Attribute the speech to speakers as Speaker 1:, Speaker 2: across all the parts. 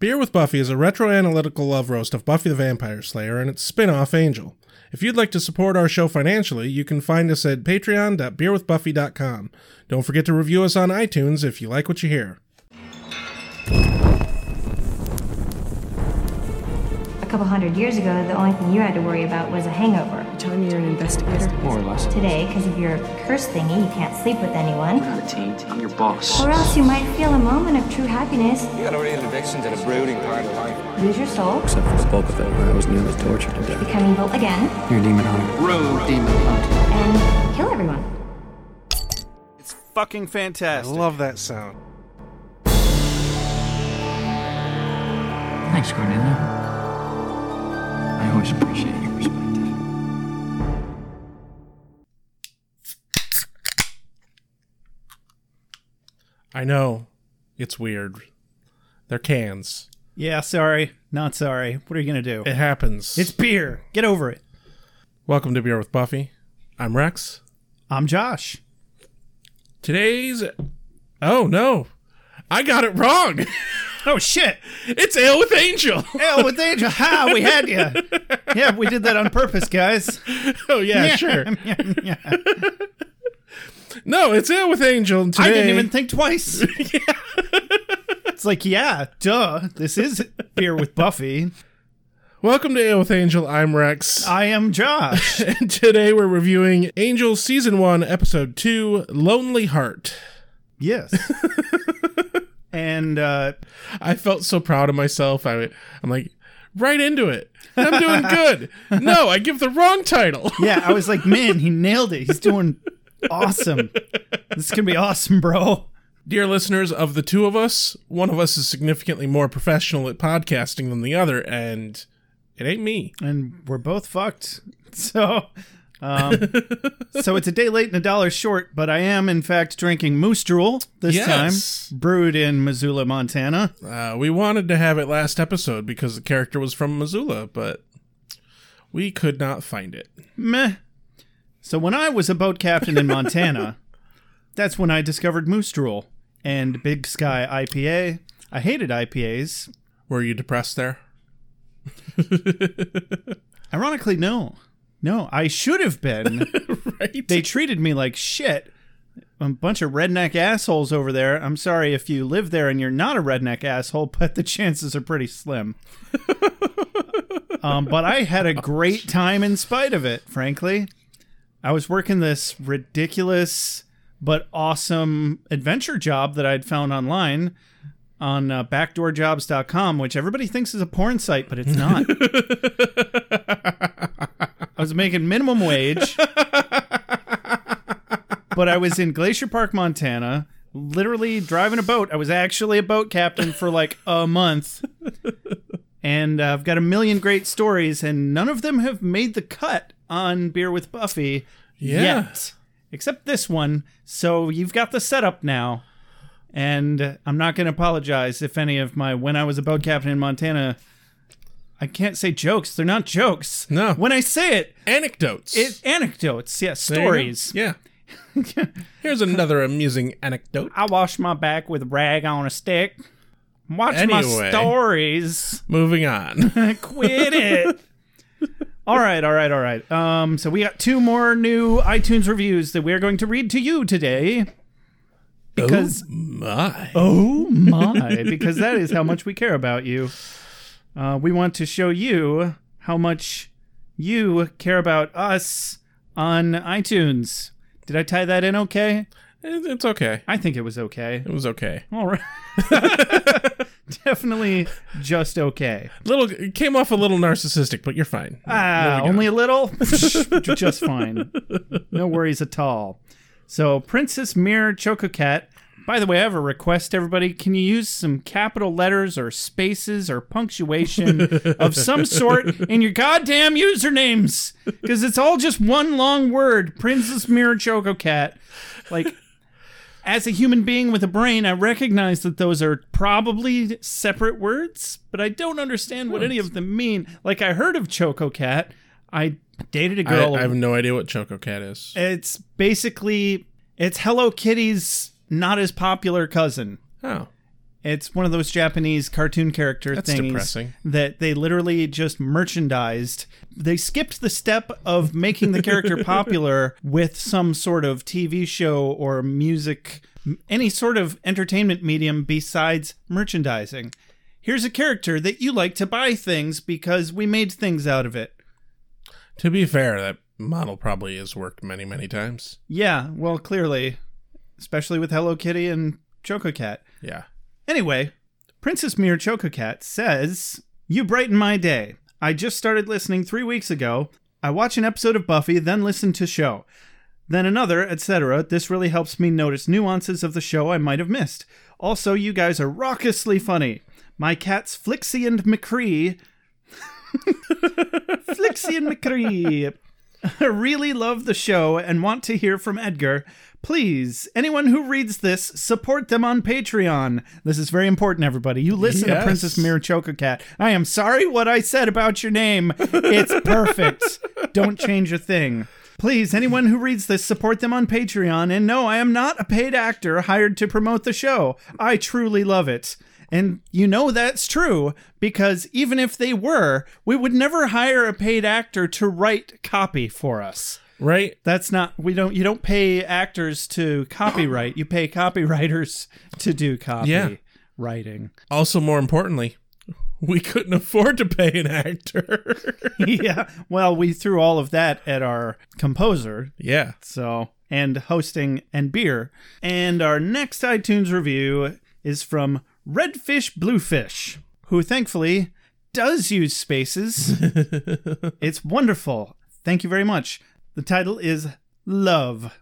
Speaker 1: Beer with Buffy is a retroanalytical love roast of Buffy the Vampire Slayer and its spin off Angel. If you'd like to support our show financially, you can find us at patreon.beerwithbuffy.com. Don't forget to review us on iTunes if you like what you hear.
Speaker 2: A couple hundred years ago, the only thing you had to worry about was a hangover.
Speaker 3: Tell me you're an investigator.
Speaker 4: More or less.
Speaker 2: Today, because of your curse thingy, you can't sleep with anyone.
Speaker 4: I'm the team. I'm your boss.
Speaker 2: Or else you might feel a moment of true happiness,
Speaker 5: You got a real addiction to the brooding part of life.
Speaker 2: lose your soul,
Speaker 6: Except for the bulk of it, where I was nearly tortured to death.
Speaker 2: become evil again,
Speaker 6: You're a demon hunter.
Speaker 4: Road demon hunt.
Speaker 2: and kill everyone.
Speaker 7: It's fucking
Speaker 1: I
Speaker 7: fantastic.
Speaker 1: love that sound.
Speaker 4: Thanks, Cornelia. I always appreciate your perspective.
Speaker 1: I know. It's weird. They're cans.
Speaker 8: Yeah, sorry. Not sorry. What are you going to do?
Speaker 1: It happens.
Speaker 8: It's beer. Get over it.
Speaker 1: Welcome to Beer with Buffy. I'm Rex.
Speaker 8: I'm Josh.
Speaker 1: Today's. Oh, no. I got it wrong.
Speaker 8: Oh, shit.
Speaker 1: It's Ale with Angel.
Speaker 8: Oh, with Angel. Ha, we had you. Yeah, we did that on purpose, guys.
Speaker 1: Oh, yeah, sure. No, it's Ale with Angel. and
Speaker 8: I
Speaker 1: Today,
Speaker 8: didn't even think twice. It's like, yeah, duh. This is beer with Buffy.
Speaker 1: Welcome to Ale with Angel. I'm Rex.
Speaker 8: I am Josh.
Speaker 1: And today we're reviewing Angel Season 1, Episode 2, Lonely Heart.
Speaker 8: Yes. And uh,
Speaker 1: I felt so proud of myself. I, I'm like, right into it. I'm doing good. No, I give the wrong title.
Speaker 8: yeah, I was like, man, he nailed it. He's doing awesome. This is going to be awesome, bro.
Speaker 1: Dear listeners, of the two of us, one of us is significantly more professional at podcasting than the other, and it ain't me.
Speaker 8: and we're both fucked. So, um, so it's a day late and a dollar short, but I am in fact drinking Moose Drool this
Speaker 1: Yes.
Speaker 8: time, brewed in Missoula, Montana.
Speaker 1: Uh, we wanted to have it last episode because the character was from Missoula, but we could not find it.
Speaker 8: Meh. So when I was a boat captain in Montana, that's when I discovered Moose Drool and Big Sky IPA. I hated IPAs.
Speaker 1: Were you depressed there?
Speaker 8: Ironically, no, no, I should have been.
Speaker 1: Right?
Speaker 8: they treated me like shit. A bunch of redneck assholes over there. I'm sorry if you live there and you're not a redneck asshole, but the chances are pretty slim. um, but I had a great time in spite of it, frankly. I was working this ridiculous but awesome adventure job that I'd found online on uh, backdoorjobs.com, which everybody thinks is a porn site, but it's not. I was making minimum wage but I was in Glacier Park, Montana, literally driving a boat. I was actually a boat captain for like a month. And uh, I've got a million great stories, and none of them have made the cut on Beer with Buffy
Speaker 1: Yeah.
Speaker 8: yet, except this one. So you've got the setup now. And I'm not going to apologize if any of my when I was a boat captain in Montana, I can't say jokes. They're not jokes.
Speaker 1: No.
Speaker 8: When I say it,
Speaker 1: Anecdotes.
Speaker 8: it anecdotes. Yeah,
Speaker 1: There you go.
Speaker 8: stories.
Speaker 1: Yeah. Here's another amusing anecdote.
Speaker 8: I wash my back with a rag on a stick. Watch
Speaker 1: Anyway.
Speaker 8: my stories.
Speaker 1: Moving on.
Speaker 8: Quit it. all right, all right, all right. Um, so we got two more new iTunes reviews that we're going to read to you today.
Speaker 1: Oh.
Speaker 8: Because
Speaker 1: My.
Speaker 8: oh my, because that is how much we care about you. Uh, we want to show you how much you care about us on iTunes. Did I tie that in okay?
Speaker 1: It- It's okay.
Speaker 8: I think it was okay.
Speaker 1: It was okay.
Speaker 8: All right. Definitely just okay.
Speaker 1: Little it came off a little narcissistic, but you're fine.
Speaker 8: Ah, only a little? just fine. No worries at all. So, Princess Mirror Chococat. By the way, I have a request, everybody. Can you use some capital letters or spaces or punctuation of some sort in your goddamn usernames? Because it's all just one long word Princess Mirror Chococat. Like, as a human being with a brain, I recognize that those are probably separate words, but I don't understand what any of them mean. Like I heard of Choco Cat. I dated a
Speaker 1: I,
Speaker 8: girl.
Speaker 1: I have no idea what Choco Cat is.
Speaker 8: it's basically it's Hello Kitty's not as popular cousin.
Speaker 1: Oh.
Speaker 8: It's one of those Japanese cartoon character
Speaker 1: That's
Speaker 8: things
Speaker 1: depressing.
Speaker 8: that they literally just merchandised. They skipped the step of making the character popular with some sort of TV show or music, any sort of entertainment medium besides merchandising. Here's a character that you like to buy things because we made things out of it.
Speaker 1: To be fair, that model probably has worked many, many times.
Speaker 8: Yeah, well, clearly, especially with Hello Kitty and Choco Cat.
Speaker 1: Yeah.
Speaker 8: Anyway, Princess Mir Chococat says, You brighten my day. I just started listening three weeks ago. I watch an episode of Buffy, then listen to show. Then another, etc. This really helps me notice nuances of the show I might have missed. Also, you guys are raucously funny. My cats Flixie and McCree. Flixie and McCree. I really love the show and want to hear from Edgar. Please, anyone who reads this, support them on Patreon. This is very important, everybody. You listen
Speaker 1: Yes.
Speaker 8: to Princess Mirror Choker Cat. I am sorry what I said about your name. It's perfect. Don't change a thing. Please, anyone who reads this, support them on Patreon. And no, I am not a paid actor hired to promote the show. I truly love it. And you know that's true because even if they were, we would never hire a paid actor to write copy for us.
Speaker 1: Right?
Speaker 8: That's not we don't you don't pay actors to copyright. You pay copywriters to do copy
Speaker 1: Yeah.
Speaker 8: writing.
Speaker 1: Also, more importantly, we couldn't afford to pay an actor.
Speaker 8: yeah. Well, we threw all of that at our composer,
Speaker 1: yeah.
Speaker 8: so and hosting and beer. And our next iTunes review is from Redfish Bluefish, who thankfully does use spaces. it's wonderful. Thank you very much. The title is Love.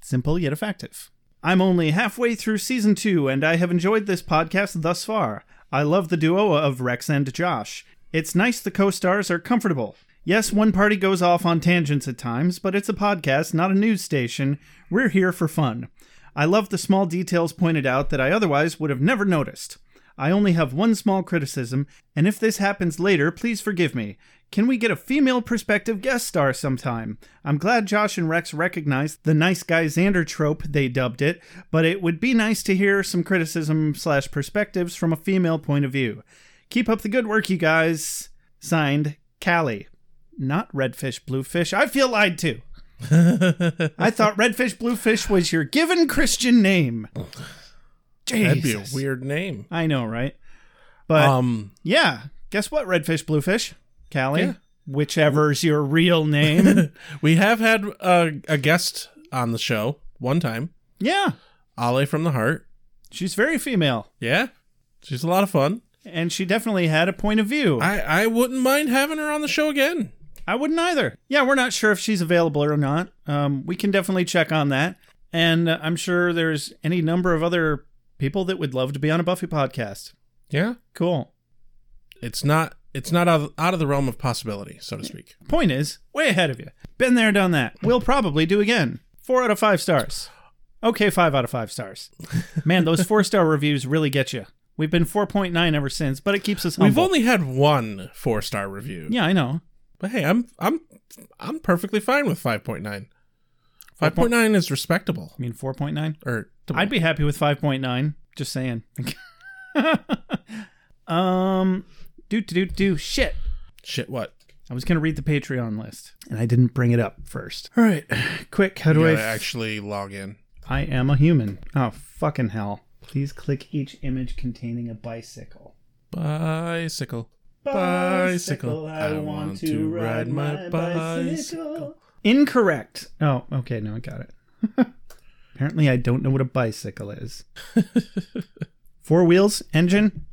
Speaker 8: Simple yet effective. I'm only halfway through season two, and I have enjoyed this podcast thus far. I love the duo of Rex and Josh. It's nice the co stars are comfortable. Yes, one party goes off on tangents at times, but it's a podcast, not a news station. We're here for fun. I love the small details pointed out that I otherwise would have never noticed. I only have one small criticism, and if this happens later, please forgive me. Can we get a female perspective guest star sometime? I'm glad Josh and Rex recognized the nice guy Xander trope, they dubbed it, but it would be nice to hear some criticism slash perspectives from a female point of view. Keep up the good work, you guys. Signed, Callie. Not redfish, bluefish. I feel lied to. I thought redfish, bluefish was your given Christian name.
Speaker 1: That'd be a
Speaker 8: Jesus.
Speaker 1: weird name.
Speaker 8: I know, right? But
Speaker 1: Um,
Speaker 8: yeah, guess what? Redfish, bluefish, Callie,
Speaker 1: Yeah.
Speaker 8: whichever's your real name.
Speaker 1: we have had a, a guest on the show one time,
Speaker 8: yeah,
Speaker 1: Ale from the Heart.
Speaker 8: she's very female,
Speaker 1: Yeah. She's a lot of fun.
Speaker 8: and she definitely had a point of view. I,
Speaker 1: I, I wouldn't mind having her on the show again.
Speaker 8: wouldn't either. Yeah, we're not sure if she's available or not. Um, we can definitely check on that, and uh, I'm sure there's any number of other people that would love to be on a Buffy podcast.
Speaker 1: Yeah.
Speaker 8: Cool.
Speaker 1: It's not it's not out of, out of the realm of possibility, so to speak.
Speaker 8: Point is, way ahead of you. Been there, done that. We'll probably do again. Four out of five stars. Okay, five out of five stars. Man, those four star reviews really get you. We've been 4.9 ever since, but it keeps us humble.
Speaker 1: We've only had one four star review.
Speaker 8: Yeah, I know.
Speaker 1: But hey, I'm I'm I'm perfectly fine with five point nine. Five point nine is respectable.
Speaker 8: I mean, 4.9.
Speaker 1: Or
Speaker 8: I'd be happy with 5.9. Just saying. um, do, do, do, do. Shit.
Speaker 1: shit what?
Speaker 8: I was going to read the Patreon list, and I didn't bring it up first. All right. Quick, how do I.
Speaker 1: Gotta
Speaker 8: f-
Speaker 1: actually log in.
Speaker 8: I am a human. Oh, fucking hell. Please click each image containing a bicycle.
Speaker 1: Bicycle. Bicycle. I want to ride my bicycle.
Speaker 8: Incorrect. Oh, okay, now I got it. Apparently, I don't know what a bicycle is. Four wheels, engine,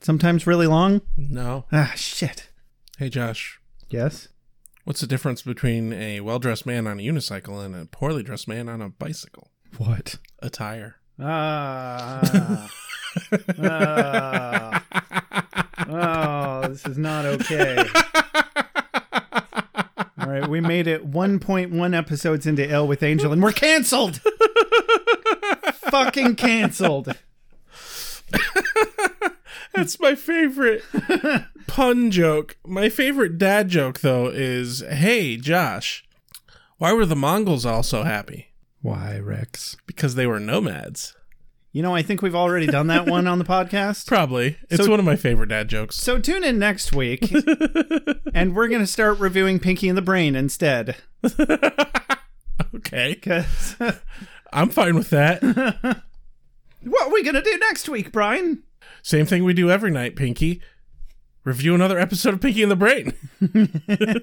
Speaker 8: sometimes really long.
Speaker 1: No.
Speaker 8: Ah, shit.
Speaker 1: Hey Josh.
Speaker 8: Yes.
Speaker 1: What's the difference between a well dressed man on a unicycle and a poorly dressed man on a bicycle?
Speaker 8: What?
Speaker 1: Attire.
Speaker 8: Ah. Ah. oh, this is not okay. All right, we made it 1.1 episodes into L with Angel, and we're canceled. Fucking canceled.
Speaker 1: That's my favorite pun joke. My favorite dad joke, though, is hey, Josh, why were the Mongols all so happy?
Speaker 8: Why, Rex?
Speaker 1: Because they were nomads.
Speaker 8: You know, I think we've already done that one on the podcast.
Speaker 1: Probably. It's
Speaker 8: So-
Speaker 1: one of my favorite dad jokes.
Speaker 8: So tune in next week, and we're going to start reviewing Pinky and the Brain instead.
Speaker 1: okay.
Speaker 8: 'Cause-
Speaker 1: I'm fine with that.
Speaker 8: what are we going to do next week, Brian?
Speaker 1: Same thing we do every night, Pinky. Review another episode of Pinky and the Brain.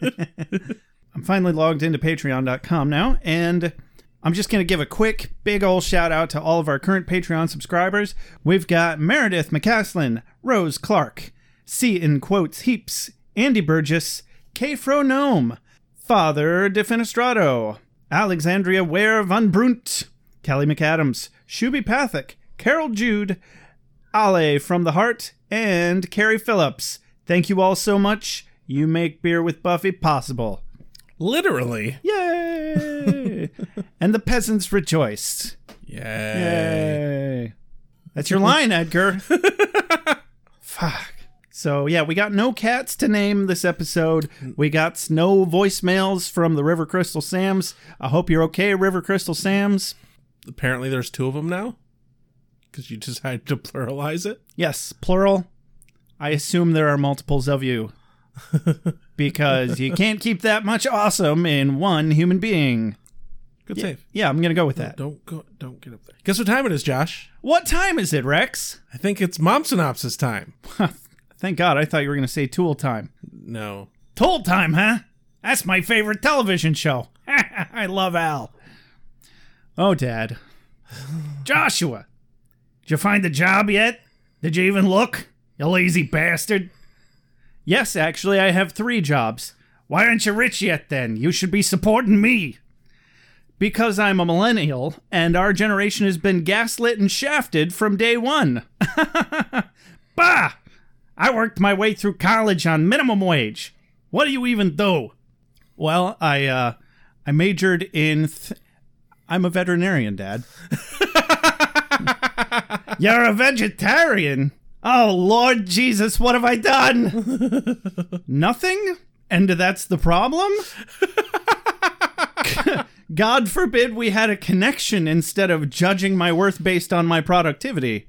Speaker 8: I'm finally logged into patreon.com now, and I'm just going to give a quick, big old shout out to all of our current Patreon subscribers. We've got Meredith McCaslin, Rose Clark, C in quotes heaps, Andy Burgess, K. Fro Gnome, Father Defenestrato, Alexandria Ware von Brunt, Kelly McAdams, Shuby Pathak, Carol Jude, Ale from the Heart, and Carrie Phillips. Thank you all so much. You make beer with Buffy possible.
Speaker 1: Literally.
Speaker 8: Yay! and the peasants rejoiced.
Speaker 1: Yeah.
Speaker 8: Yay. That's your line, Edgar. Fuck. So, yeah, we got no cats to name this episode. We got no voicemails from the River Crystal Sams. I hope you're okay, River Crystal Sams.
Speaker 1: Apparently, there's two of them now because you decided to pluralize it.
Speaker 8: Yes, plural. I assume there are multiples of you because you can't keep that much awesome in one human being.
Speaker 1: Good save.
Speaker 8: Yeah, I'm going to go with that.
Speaker 1: Don't go. Don't get up there. Guess what time it is, Josh?
Speaker 8: What time is it, Rex?
Speaker 1: I think it's mom synopsis time.
Speaker 8: Thank God, I thought you were going to say Tool Time.
Speaker 1: No.
Speaker 8: Tool Time, huh? That's my favorite television show. I love Al. Oh, Dad. Joshua, did you find the job yet? Did you even look? You lazy bastard. Yes, actually, I have three jobs. Why aren't you rich yet then? You should be supporting me. Because I'm a millennial, and our generation has been gaslit and shafted from day one. bah! I worked my way through college on minimum wage. What do you even do? Well, I uh, I majored in. Th- I'm a veterinarian, Dad. You're a vegetarian. Oh Lord Jesus, what have I done? Nothing. And that's the problem. God forbid we had a connection instead of judging my worth based on my productivity.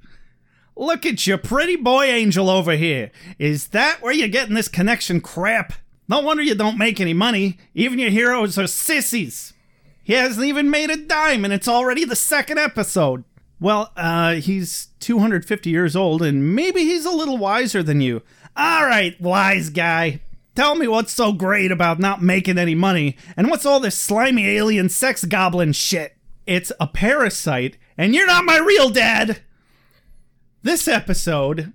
Speaker 8: Look at your pretty boy angel over here. Is that where you're getting this connection crap? No wonder you don't make any money. Even your heroes are sissies. He hasn't even made a dime, and it's already the second episode. Well, uh, he's 250 years old, and maybe he's a little wiser than you. All right, wise guy. Tell me what's so great about not making any money, and what's all this slimy alien sex goblin shit? It's a parasite, and you're not my real dad! This episode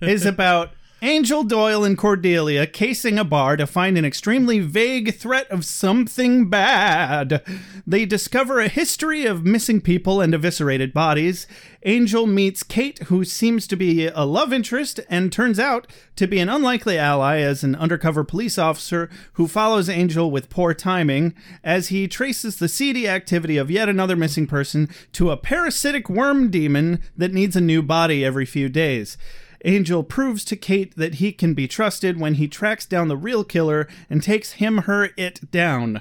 Speaker 8: is about Angel Doyle and Cordelia casing a bar to find an extremely vague threat of something bad. They discover a history of missing people and eviscerated bodies. Angel meets Kate, who seems to be a love interest and turns out to be an unlikely ally as an undercover police officer who follows Angel with poor timing as he traces the seedy activity of yet another missing person to a parasitic worm demon that needs a new body every few days. Angel proves to Kate that he can be trusted when he tracks down the real killer and takes him, her, it down.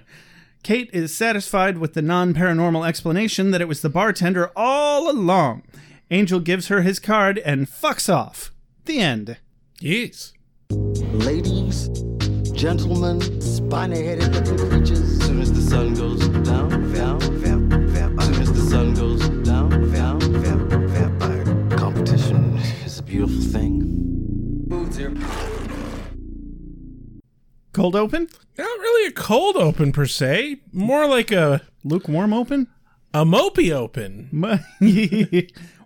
Speaker 8: Kate is satisfied with the non paranormal explanation that it was the bartender all along. Angel gives her his card and fucks off. The end.
Speaker 1: Yes.
Speaker 3: Ladies, gentlemen, spiny headed looking creatures. Soon as the sun goes down, down, down, down. Soon as the sun goes down, down, down, vampire. Competition is a beautiful thing.
Speaker 8: Cold open?
Speaker 1: Not really a cold open per se. More like a
Speaker 8: Lukewarm open?
Speaker 1: a mopey open.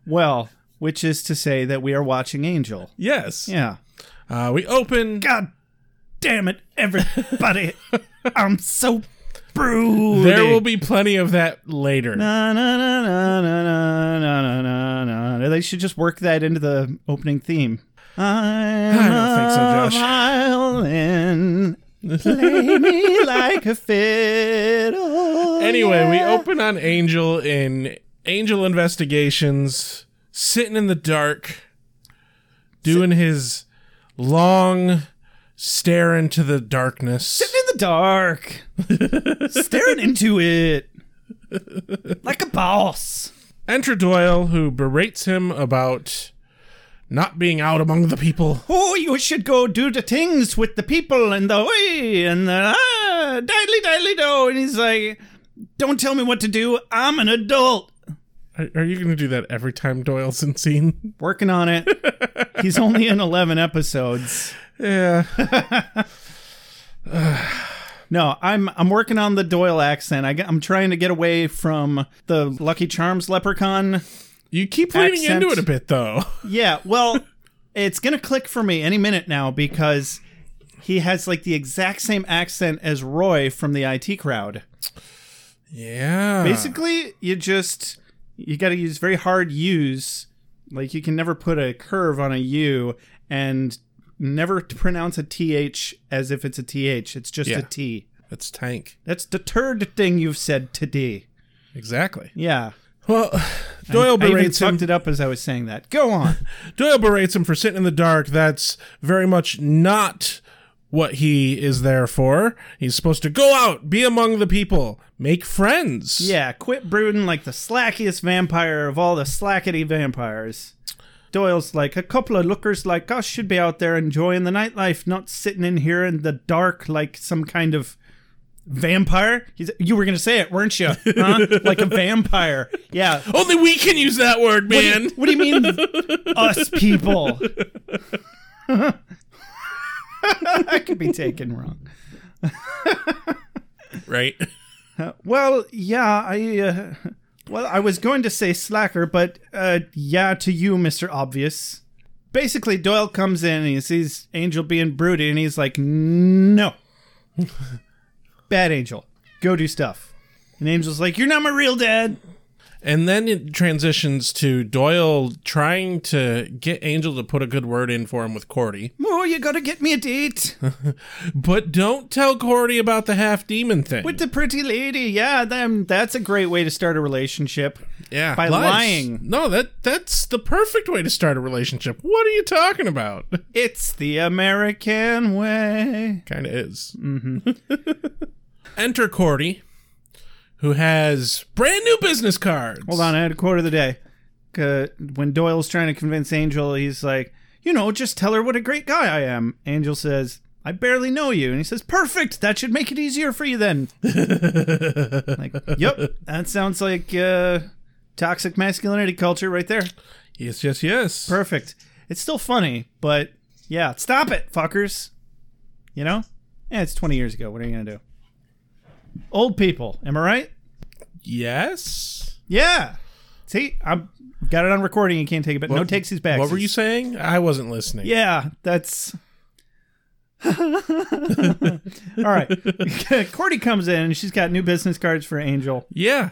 Speaker 8: well, which is to say that we are watching Angel.
Speaker 1: Yes.
Speaker 8: Yeah.
Speaker 1: Uh, we open.
Speaker 8: God damn it, everybody. I'm so broody.
Speaker 1: There will be plenty of that later.
Speaker 8: Na, na, na, na, na, na, na, na, na, na. They should just work that into the opening theme. I'm
Speaker 1: I don't think so, Josh.
Speaker 8: a Violin. Play me like a fiddle.
Speaker 1: Anyway, we open on Angel in Angel Investigations, sitting in the dark, doing his long stare into the darkness.
Speaker 8: in the dark, staring into it like a boss.
Speaker 1: Enter Doyle, who berates him about not being out among the people.
Speaker 8: Oh, you should go do the things with the people and the way and the ah, diddly diddly do. And he's like, don't tell me what to do. I'm an adult.
Speaker 1: Are, are you going to do that every time Doyle's in scene?
Speaker 8: Working on it. he's only in 11 episodes.
Speaker 1: Yeah.
Speaker 8: No, I'm I'm working on the Doyle accent. I, am trying to get away from the Lucky Charms leprechaun.
Speaker 1: You keep leaning
Speaker 8: Accent.
Speaker 1: into it a bit, though.
Speaker 8: Yeah, well, it's gonna click for me any minute now because he has like the exact same accent as Roy from the IT crowd.
Speaker 1: Yeah.
Speaker 8: Basically, you just you got to use very hard U's. Like you can never put a curve on a U and never t- pronounce a th as if it's a th. It's just
Speaker 1: Yeah.
Speaker 8: a t.
Speaker 1: That's Tank.
Speaker 8: That's the third thing you've said today.
Speaker 1: Exactly.
Speaker 8: Yeah.
Speaker 1: Well, Doyle
Speaker 8: I even
Speaker 1: berates him.
Speaker 8: fucked it up as I was saying that. Go on.
Speaker 1: Doyle berates him for sitting in the dark. That's very much not what he is there for. He's supposed to go out, be among the people, make friends.
Speaker 8: yeah, quit brooding like the slackiest vampire of all the slackety vampires. Doyle's like a couple of lookers like us should be out there enjoying the nightlife, not sitting in here in the dark like some kind of vampire. He's, you were gonna say it, weren't you? Huh? like a vampire. Yeah.
Speaker 1: Only we can use that word,
Speaker 8: What do you-
Speaker 1: man.
Speaker 8: What do you, mean, us people? I could be taken wrong.
Speaker 1: Right.
Speaker 8: Well, yeah, I. Uh, well, I was going to say slacker, but uh, yeah, to you, Mister Obvious. Basically, Doyle comes in and he sees Angel being broody, and he's like, "No, bad Angel, go do stuff." And Angel's like, "You're not my real dad."
Speaker 1: And then it transitions to Doyle trying to get Angel to put a good word in for him with Cordy.
Speaker 8: Oh, you gotta get me a date
Speaker 1: But don't tell Cordy about the half demon thing.
Speaker 8: with the pretty lady. Yeah, then that's a great way to start a relationship.
Speaker 1: yeah,
Speaker 8: by
Speaker 1: lies.
Speaker 8: lying.
Speaker 1: No, that that's the perfect way to start a relationship. What are you talking about?
Speaker 8: It's the American way.
Speaker 1: Kind of is. Mm-hmm. Enter Cordy, who has brand new business cards.
Speaker 8: Hold on, I had a quote of the day. Uh, When Doyle's trying to convince Angel, he's like, you know, just tell her what a great guy I am. Angel says, I barely know you. And he says, perfect. That should make it easier for you then. like, yep. That sounds like uh, toxic masculinity culture right there.
Speaker 1: Yes, yes, yes.
Speaker 8: Perfect. It's still funny, but yeah, stop it, fuckers. You know? Yeah, it's 20 years ago. What are you going to do? Old people. Am I right?
Speaker 1: yes.
Speaker 8: Yeah. See, I'm got it on recording. You can't take it, but no
Speaker 1: What-
Speaker 8: takes he's back.
Speaker 1: What were you saying? I wasn't listening.
Speaker 8: Yeah, that's. All right. Cordy comes in and she's got new business cards for Angel.
Speaker 1: Yeah.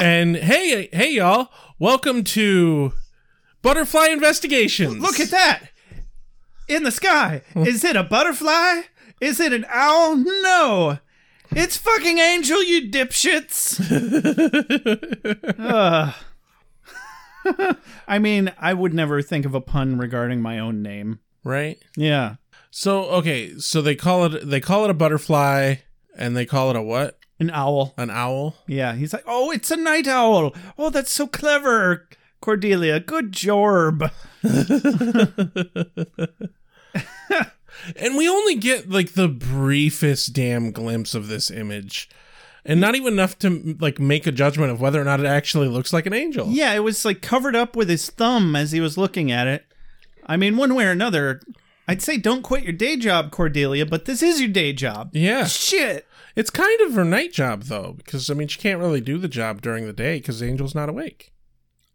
Speaker 1: and hey, hey, y'all. Welcome to Butterfly Investigations.
Speaker 8: Look at that. In the sky. Is it a butterfly? Is it an owl? No. It's fucking Angel, you dipshits. Ugh. I mean, I would never think of a pun regarding my own name.
Speaker 1: Right?
Speaker 8: Yeah.
Speaker 1: So, okay. So they call it, they call it a butterfly and they call it a what?
Speaker 8: An owl.
Speaker 1: An owl?
Speaker 8: Yeah, he's like, oh, it's a night owl. Oh, that's so clever, Cordelia. Good job.
Speaker 1: And we only get like the briefest damn glimpse of this image. And not even enough to like make a judgment of whether or not it actually looks like an angel.
Speaker 8: Yeah, it was like covered up with his thumb as he was looking at it. I mean, one way or another, I'd say don't quit your day job, Cordelia, but this is your day job.
Speaker 1: Yeah.
Speaker 8: Shit.
Speaker 1: It's kind of her night job though, because I mean she can't really do the job during the day because the angel's not awake.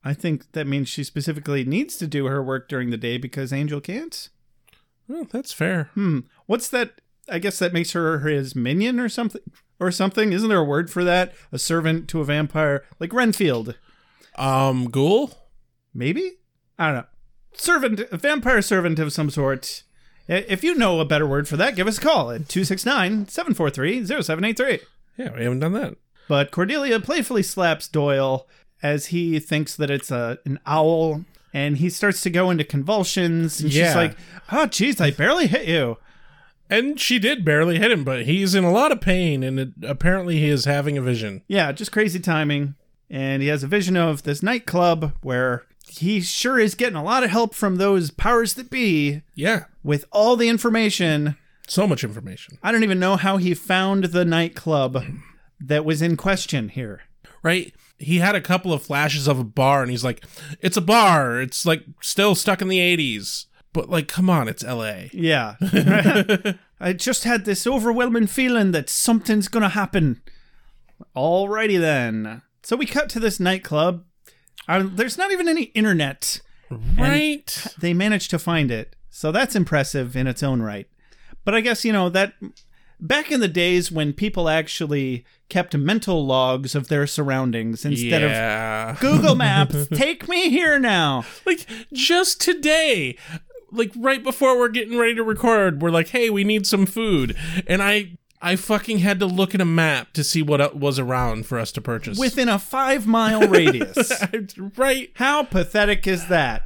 Speaker 8: I think that means she specifically needs to do her work during the day because Angel can't.
Speaker 1: Well, that's fair.
Speaker 8: What's that? I guess that makes her his minion or something. Or something. Isn't there a word for that? A servant to a vampire, like Renfield.
Speaker 1: Um, ghoul?
Speaker 8: Maybe? I don't know. Servant, a vampire servant of some sort. I- If you know a better word for that, give us a call at 269 743 0783.
Speaker 1: Yeah, we haven't done that.
Speaker 8: But Cordelia playfully slaps Doyle as he thinks that it's a an owl, and he starts to go into convulsions. And
Speaker 1: Yeah.
Speaker 8: she's like, Oh, jeez, I barely hit you.
Speaker 1: And she did barely hit him, but he's in a lot of pain, and it, apparently he is having a vision.
Speaker 8: Yeah, just crazy timing. and he has a vision of this nightclub where he sure is getting a lot of help from those powers that be
Speaker 1: Yeah.
Speaker 8: with all the information.
Speaker 1: So much information.
Speaker 8: I don't even know how he found the nightclub that was in question here.
Speaker 1: right? He had a couple of flashes of a bar and he's like, it's a bar. It's like still stuck in the 80s. But like, come on, it's LA.
Speaker 8: Yeah. I just had this overwhelming feeling that something's going to happen. Alrighty then. So we cut to this nightclub. Uh, there's not even any internet.
Speaker 1: Right?
Speaker 8: They managed to find it. So that's impressive in its own right. But I guess, you know, that back in the days when people actually kept mental logs of their surroundings instead of
Speaker 1: yeah.
Speaker 8: Google Maps, take me here now.
Speaker 1: like, just today, like right before we're getting ready to record, we're like, hey, we need some food. And I. I fucking had to look at a map to see what uh, was around for us to purchase.
Speaker 8: Within a five mile radius.
Speaker 1: right,
Speaker 8: How pathetic is that?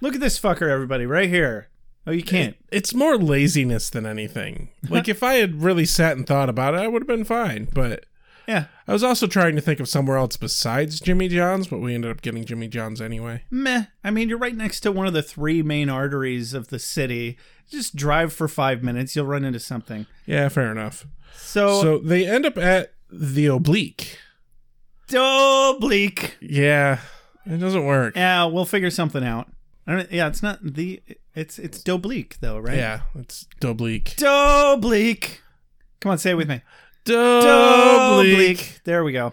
Speaker 8: Look at this fucker, everybody, right here. Oh, you can't.
Speaker 1: it's more laziness than anything. Like if I had really sat and thought about it, I would have been fine. But
Speaker 8: Yeah.
Speaker 1: I was also trying to think of somewhere else besides Jimmy John's, but we ended up getting Jimmy John's anyway.
Speaker 8: Meh. I mean, you're right next to one of the three main arteries of the city. Just drive for five minutes, you'll run into something.
Speaker 1: Yeah, fair enough.
Speaker 8: So,
Speaker 1: So they end up at the oblique.
Speaker 8: oblique.
Speaker 1: Yeah, it doesn't work.
Speaker 8: Yeah, we'll figure something out. I don't, yeah, it's not the. It's it's Dobleek though, right?
Speaker 1: Yeah, it's oblique.
Speaker 8: Dobleek. Come on, say it with me.
Speaker 1: Oblique.
Speaker 8: There we go.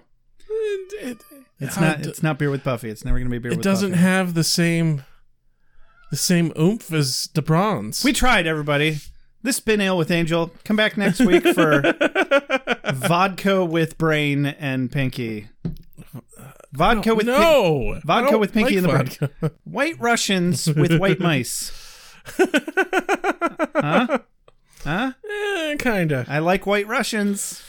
Speaker 8: It's not. It's not beer with Buffy. It's never gonna be beer
Speaker 1: It
Speaker 8: with
Speaker 1: doesn't
Speaker 8: Buffy.
Speaker 1: have the same, the same oomph as the bronze.
Speaker 8: We tried, everybody. This has been Ale with Angel. Come back next week for vodka with brain and Pinky. Vodka with Pin-
Speaker 1: no I
Speaker 8: vodka
Speaker 1: don't
Speaker 8: with
Speaker 1: like
Speaker 8: Pinky in the brain.
Speaker 1: vodka.
Speaker 8: White Russians with white mice. huh? Huh?
Speaker 1: Eh, kinda.
Speaker 8: I like white Russians.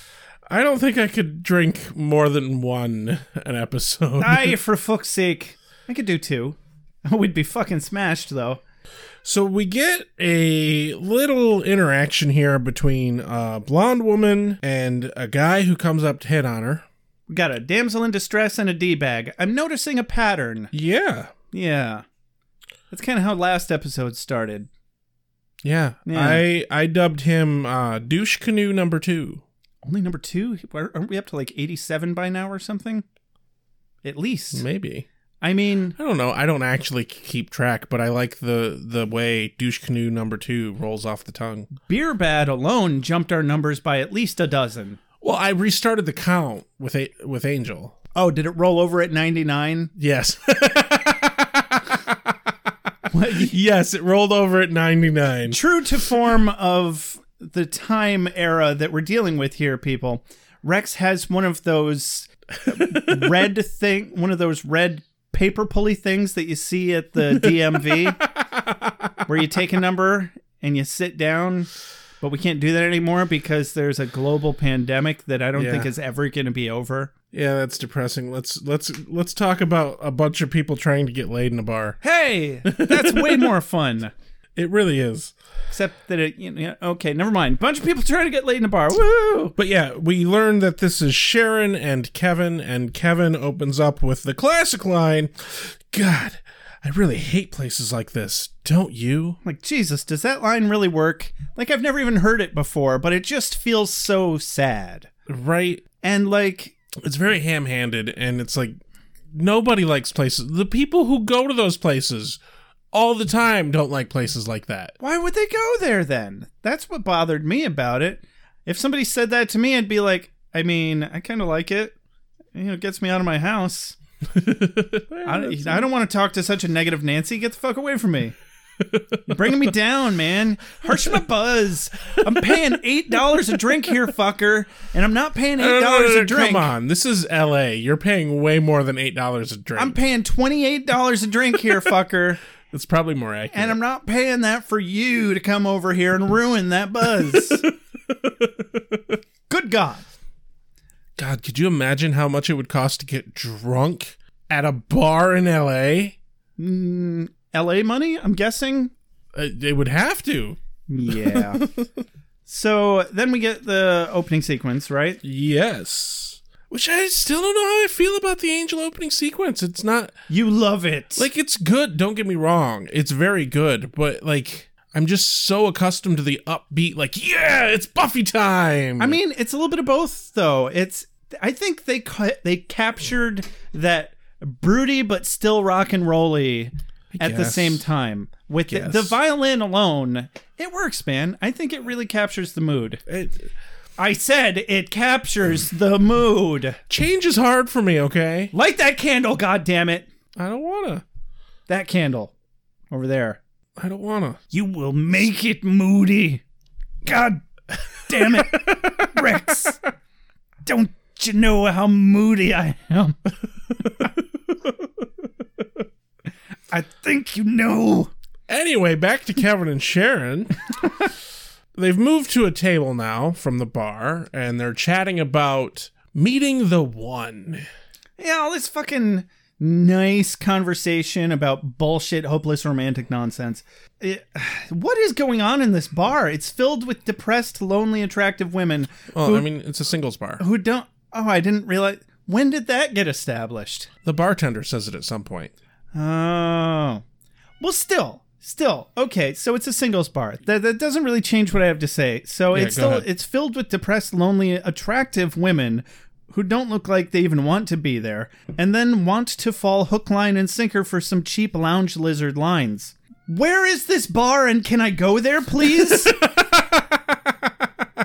Speaker 1: I don't think I could drink more than one an episode.
Speaker 8: I, for fuck's sake, I could do two. We'd be fucking smashed though.
Speaker 1: So we get a little interaction here between a blonde woman and a guy who comes up to hit on her.
Speaker 8: We got a damsel in distress and a d bag. I'm noticing a pattern.
Speaker 1: Yeah.
Speaker 8: Yeah, that's kind of how last episode started.
Speaker 1: Yeah.
Speaker 8: Yeah.
Speaker 1: I I dubbed him uh douche canoe number 2.
Speaker 8: Only number two? Aren't we up to like 87 by now or something? At least.
Speaker 1: Maybe.
Speaker 8: I mean,
Speaker 1: I don't know. I don't actually keep track, but I like the the way douche canoe number 2 rolls off the tongue.
Speaker 8: Beer Bad alone jumped our numbers by at least a dozen.
Speaker 1: Well, I restarted the count with a, with Angel.
Speaker 8: Oh, did it roll over at 99?
Speaker 1: Yes. yes, it rolled over at 99.
Speaker 8: True to form of the time era that we're dealing with here, people. Rex has one of those red thing, one of those red paper pulley things that you see at the DMV where you take a number and you sit down. But we can't do that anymore because there's a global pandemic that I don't
Speaker 1: Yeah.
Speaker 8: think is ever going to be over.
Speaker 1: Yeah, that's depressing. Let's let's let's talk about a bunch of people trying to get laid in a bar.
Speaker 8: Hey, that's way more fun.
Speaker 1: It really is.
Speaker 8: Except that it, you know, okay, never mind. Bunch of people trying to get laid in a bar. Woo!
Speaker 1: But yeah, we learn that this is Sharon and Kevin, and Kevin opens up with the classic line, "God, I really hate places like this, don't you?"
Speaker 8: Like Jesus, does that line really work? Like I've never even heard it before, but it just feels so sad.
Speaker 1: Right?
Speaker 8: And like,
Speaker 1: It's very ham-handed, and it's like nobody likes places. The people who go to those places all the time don't like places like that.
Speaker 8: why would they go there then? That's what bothered me about it. If somebody said that to me, I'd be like, I mean, I kind of like it. You know, it gets me out of my house. I, I don't want to talk to such a negative Nancy. Get the fuck away from me. You're bringing me down, man. Harsh my buzz. I'm paying eight dollars a drink here, fucker, and I'm not paying
Speaker 1: No, no,
Speaker 8: eight
Speaker 1: no,
Speaker 8: dollars
Speaker 1: no,
Speaker 8: a drink.
Speaker 1: Come on, this is L.A. You're paying way more than eight dollars a drink.
Speaker 8: I'm paying twenty-eight dollars a drink here, fucker,
Speaker 1: It's probably more accurate.
Speaker 8: and I'm not paying that for you to come over here and ruin that buzz. Good God.
Speaker 1: God, could you imagine how much it would cost to get drunk at a bar in L.A.?
Speaker 8: LA money, I'm guessing?
Speaker 1: Uh, they would have to.
Speaker 8: Yeah. so then we get the opening sequence, right?
Speaker 1: Yes. Which I still don't know how I feel about the angel opening sequence. It's not
Speaker 8: You love it.
Speaker 1: like it's good. Don't get me wrong. It's very good, but like I'm just so accustomed to the upbeat. Like yeah, it's Buffy time.
Speaker 8: I mean, it's a little bit of both, though. It's I think they ca- they captured that broody but still rock and rolly at the
Speaker 1: guess.
Speaker 8: same time with the,
Speaker 1: guess.
Speaker 8: the violin alone. It works, man. I think it really captures the mood.
Speaker 1: It-
Speaker 8: I said it captures the mood.
Speaker 1: change is hard for me. Okay,
Speaker 8: Light that candle, god damn it!
Speaker 1: I don't wanna.
Speaker 8: That candle over there.
Speaker 1: I don't wanna.
Speaker 8: You will make it moody. God damn it, Rex. Don't you know how moody I am? I think you know.
Speaker 1: Anyway, back to Kevin and Sharon. They've moved to a table now from the bar, and they're chatting about meeting the one.
Speaker 8: Yeah, all this fucking nice conversation about bullshit, hopeless romantic nonsense. It- what is going on in this bar? It's filled with depressed, lonely, attractive women
Speaker 1: Well, I mean, it's a singles bar.
Speaker 8: who don't. Oh, I didn't realize. When did that get established?
Speaker 1: The bartender says it at some point.
Speaker 8: Oh. Well, still, still, okay. So it's a singles bar. That, that doesn't really change what I have to say. So
Speaker 1: Yeah,
Speaker 8: it's
Speaker 1: go
Speaker 8: still
Speaker 1: ahead.
Speaker 8: it's filled with depressed, lonely, attractive women who don't look like they even want to be there, and then want to fall hook, line, and sinker for some cheap lounge lizard lines. Where is this bar, and can I go there, please?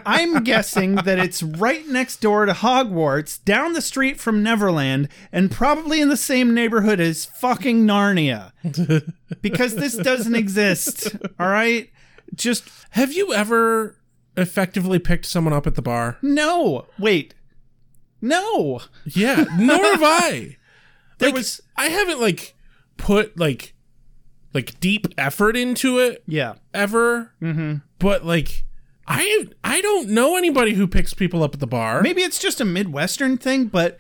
Speaker 8: I'm guessing that it's right next door to Hogwarts, down the street from Neverland, and probably in the same neighborhood as fucking Narnia. Because this doesn't exist. All right? Just
Speaker 1: Have you ever effectively picked someone up at the bar?
Speaker 8: no. Wait. No.
Speaker 1: Yeah, nor have I.
Speaker 8: There
Speaker 1: Like,
Speaker 8: was
Speaker 1: I haven't like put like like deep effort into it
Speaker 8: yeah.
Speaker 1: ever. Mm-hmm. But like, I I don't know anybody who picks people up at the bar.
Speaker 8: Maybe it's just a Midwestern thing, but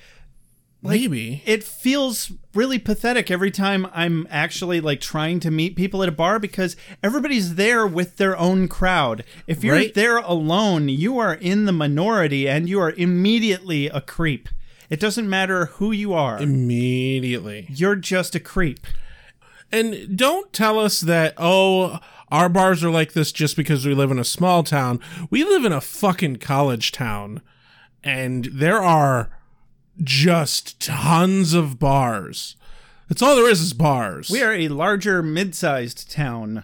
Speaker 1: Maybe.
Speaker 8: it feels really pathetic every time I'm actually like trying to meet people at a bar because everybody's there with their own crowd. If you're
Speaker 1: Right.
Speaker 8: there alone, you are in the minority and you are immediately a creep. It doesn't matter who you are.
Speaker 1: immediately.
Speaker 8: You're just a creep.
Speaker 1: And don't tell us that, oh, our bars are like this just because we live in a small town. We live in a fucking college town, and there are just tons of bars. That's all there is is bars.
Speaker 8: We are a larger mid-sized town.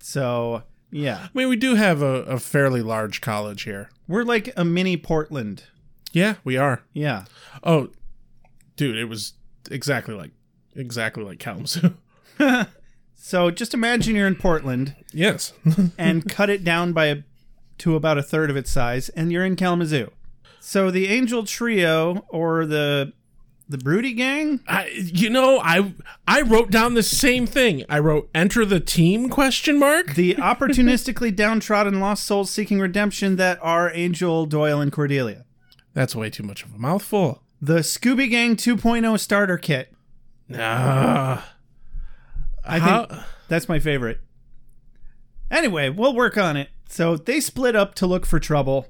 Speaker 8: So, yeah.
Speaker 1: I mean, we do have a, a fairly large college here.
Speaker 8: We're like a mini Portland.
Speaker 1: Yeah, we are.
Speaker 8: Yeah.
Speaker 1: Oh, dude, it was exactly like exactly like Kalamazoo.
Speaker 8: So, just imagine you're in Portland.
Speaker 1: yes.
Speaker 8: and cut it down by a, to about a third of its size, and you're in Kalamazoo. So the Angel Trio or the the Broody Gang,
Speaker 1: I, you know, I I wrote down the same thing. I wrote "Enter the team?" question mark.
Speaker 8: the opportunistically downtrodden lost souls seeking redemption that are Angel, Doyle, and Cordelia.
Speaker 1: That's way too much of a mouthful.
Speaker 8: The Scooby Gang 2.0 starter kit.
Speaker 1: Nah.
Speaker 8: I think
Speaker 1: How-
Speaker 8: that's my favorite. Anyway, we'll work on it. So they split up to look for trouble.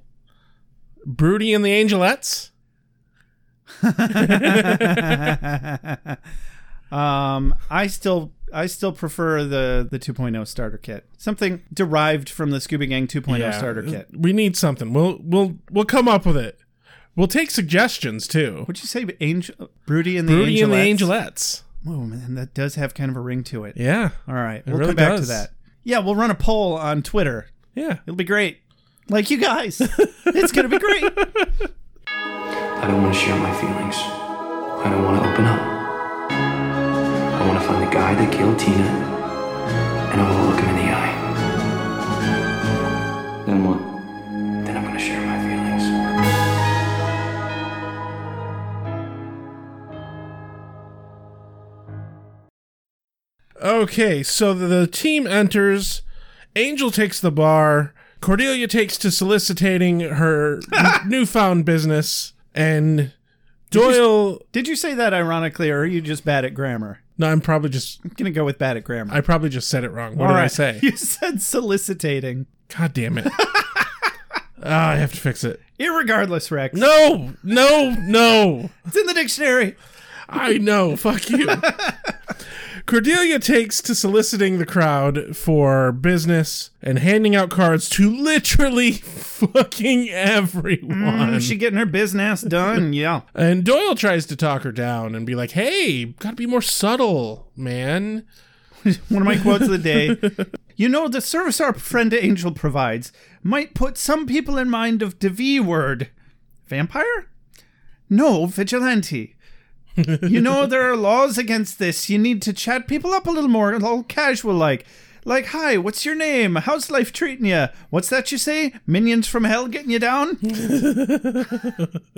Speaker 1: Broody and the Angelettes.
Speaker 8: Um, I still I still prefer the the 2.0 starter kit. Something derived from the Scooby Gang 2.0 starter kit.
Speaker 1: We need something. We'll we'll we'll come up with it. We'll take suggestions too.
Speaker 8: What'd you say, Angel Broody and the
Speaker 1: Broody
Speaker 8: Angelettes?
Speaker 1: and the Angelettes.
Speaker 8: Oh man, that does have kind of a ring to it.
Speaker 1: Yeah.
Speaker 8: All right, we'll
Speaker 1: really
Speaker 8: come back to
Speaker 1: does.
Speaker 8: that. Yeah, we'll run a poll on Twitter.
Speaker 1: Yeah.
Speaker 8: It'll be great. Like you guys, it's gonna be great.
Speaker 6: I don't want to share my feelings. I don't want to open up. I want to find the guy that killed Tina, and I want to look him in the eye.
Speaker 4: Then what?
Speaker 6: Then I'm going to share my feelings.
Speaker 1: Okay, so the, the team enters. Angel takes the bar. Cordelia takes to soliciting her n- newfound business, and Doyle.
Speaker 8: Did you say that ironically, or are you just bad at grammar?
Speaker 1: no, I'm probably just.
Speaker 8: I'm gonna go with bad at grammar.
Speaker 1: I probably just said it wrong. What
Speaker 8: All
Speaker 1: did I
Speaker 8: right.
Speaker 1: say?
Speaker 8: You said soliciting.
Speaker 1: God damn it! Ah, I have to fix it.
Speaker 8: Irregardless, Rex.
Speaker 1: No, no, no.
Speaker 8: It's in the dictionary.
Speaker 1: I know. Fuck you. Cordelia takes to soliciting the crowd for business and handing out cards to literally fucking everyone.
Speaker 8: Is Mm, she getting her business done? Yeah.
Speaker 1: and Doyle tries to talk her down and be like, hey, gotta be more subtle, man.
Speaker 8: One of my quotes of the day. You know, the service our friend Angel provides might put some people in mind of the V word. Vampire? No, vigilante. you know, there are laws against this. You need to chat people up a little more, a little casual like. Like, hi, what's your name? How's life treating you? What's that you say? Minions from hell getting you down? anyway,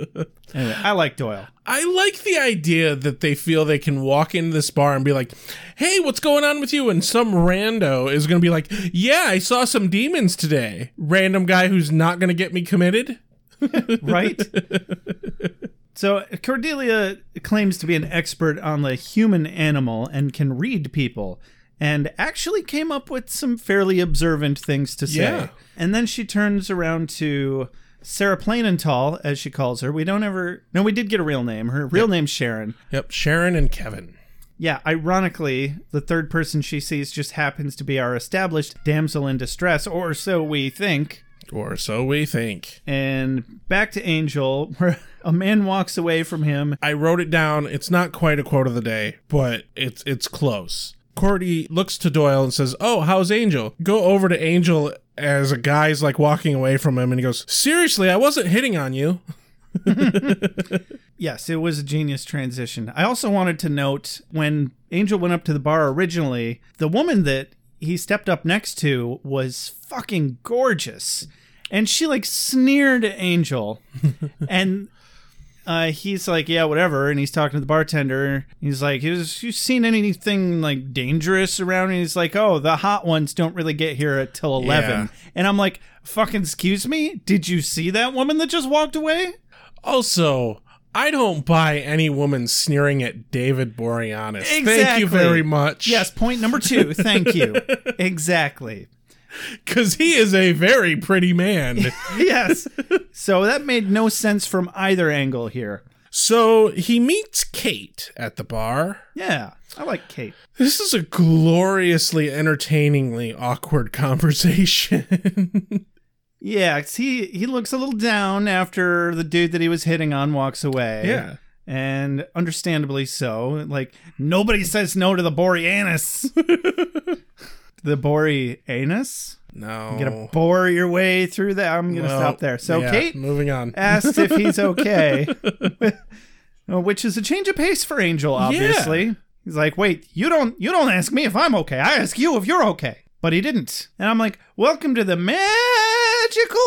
Speaker 8: I like Doyle.
Speaker 1: I like the idea that they feel they can walk into this bar and be like, hey, what's going on with you? And some rando is gonna be like, yeah, I saw some demons today. Random guy who's not gonna get me committed.
Speaker 8: right? so Cordelia claims to be an expert on the human animal and can read people, and actually came up with some fairly observant things to say.
Speaker 1: Yeah.
Speaker 8: And then she turns around to Sarah Plainenthal, as she calls her. We don't ever. No, we did get a real name. Her real name's Sharon.
Speaker 1: Yep, Sharon and Kevin.
Speaker 8: Yeah, ironically, the third person she sees just happens to be our established damsel in distress, or so we think.
Speaker 1: Or so we think.
Speaker 8: And back to Angel, where a man walks away from him.
Speaker 1: I wrote it down. It's not quite a quote of the day, but it's it's close. Cordy looks to Doyle and says, "Oh, how's Angel?" Go over to Angel as a guy's like walking away from him, and he goes, "Seriously, I wasn't hitting on you."
Speaker 8: Yes, it was a genius transition. I also wanted to note when Angel went up to the bar originally, the woman that he stepped up next to was fucking gorgeous. And she like sneered at Angel. and uh, he's like, yeah, whatever. And he's talking to the bartender. He's like, "Has you seen anything like dangerous around? And he's like, oh, the hot ones don't really get here until eleven. And I'm like, fucking excuse me, did you see that woman that just walked away?
Speaker 1: Also, I don't buy any woman sneering at David Boreanaz. Thank you
Speaker 8: Exactly.
Speaker 1: very much.
Speaker 8: Yes, point number two. Thank you. exactly.
Speaker 1: because he is a very pretty man.
Speaker 8: Yes. So that made no sense from either angle here.
Speaker 1: so he meets Kate at the bar.
Speaker 8: Yeah, I like Kate.
Speaker 1: This is a gloriously entertainingly awkward conversation.
Speaker 8: Yeah, 'cause he he looks a little down after the dude that he was hitting on walks away.
Speaker 1: Yeah.
Speaker 8: And understandably so. Like nobody says no to the Boreanus. the Boreanus?
Speaker 1: no.
Speaker 8: You're gonna bore your way through that. I'm gonna
Speaker 1: Well,
Speaker 8: stop there. So
Speaker 1: yeah,
Speaker 8: Kate Uh,
Speaker 1: Moving on.
Speaker 8: asked if he's okay, Uh, which is a change of pace for Angel, obviously. He's like, "Wait, you don't you don't ask me if I'm okay. I ask you if you're okay." But he didn't. And I'm like, "Welcome to the magical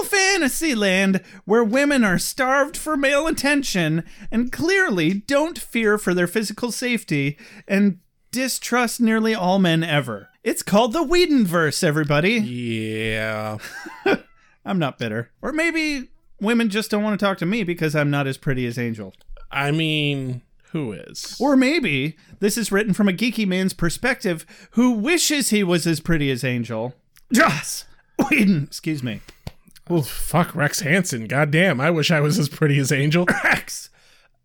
Speaker 8: fantasy land where women are starved for male attention and clearly don't fear for their physical safety and distrust nearly all men ever." It's called the Whedonverse, everybody.
Speaker 1: yeah.
Speaker 8: I'm not bitter. Or maybe women just don't want to talk to me because I'm not as pretty as Angel.
Speaker 1: I mean, who is?
Speaker 8: Or maybe this is written from a geeky man's perspective who wishes he was as pretty as Angel. Yes! Whedon! Excuse me.
Speaker 1: Oh, fuck Rex Hansen. Goddamn. I wish I was as pretty as Angel.
Speaker 8: Rex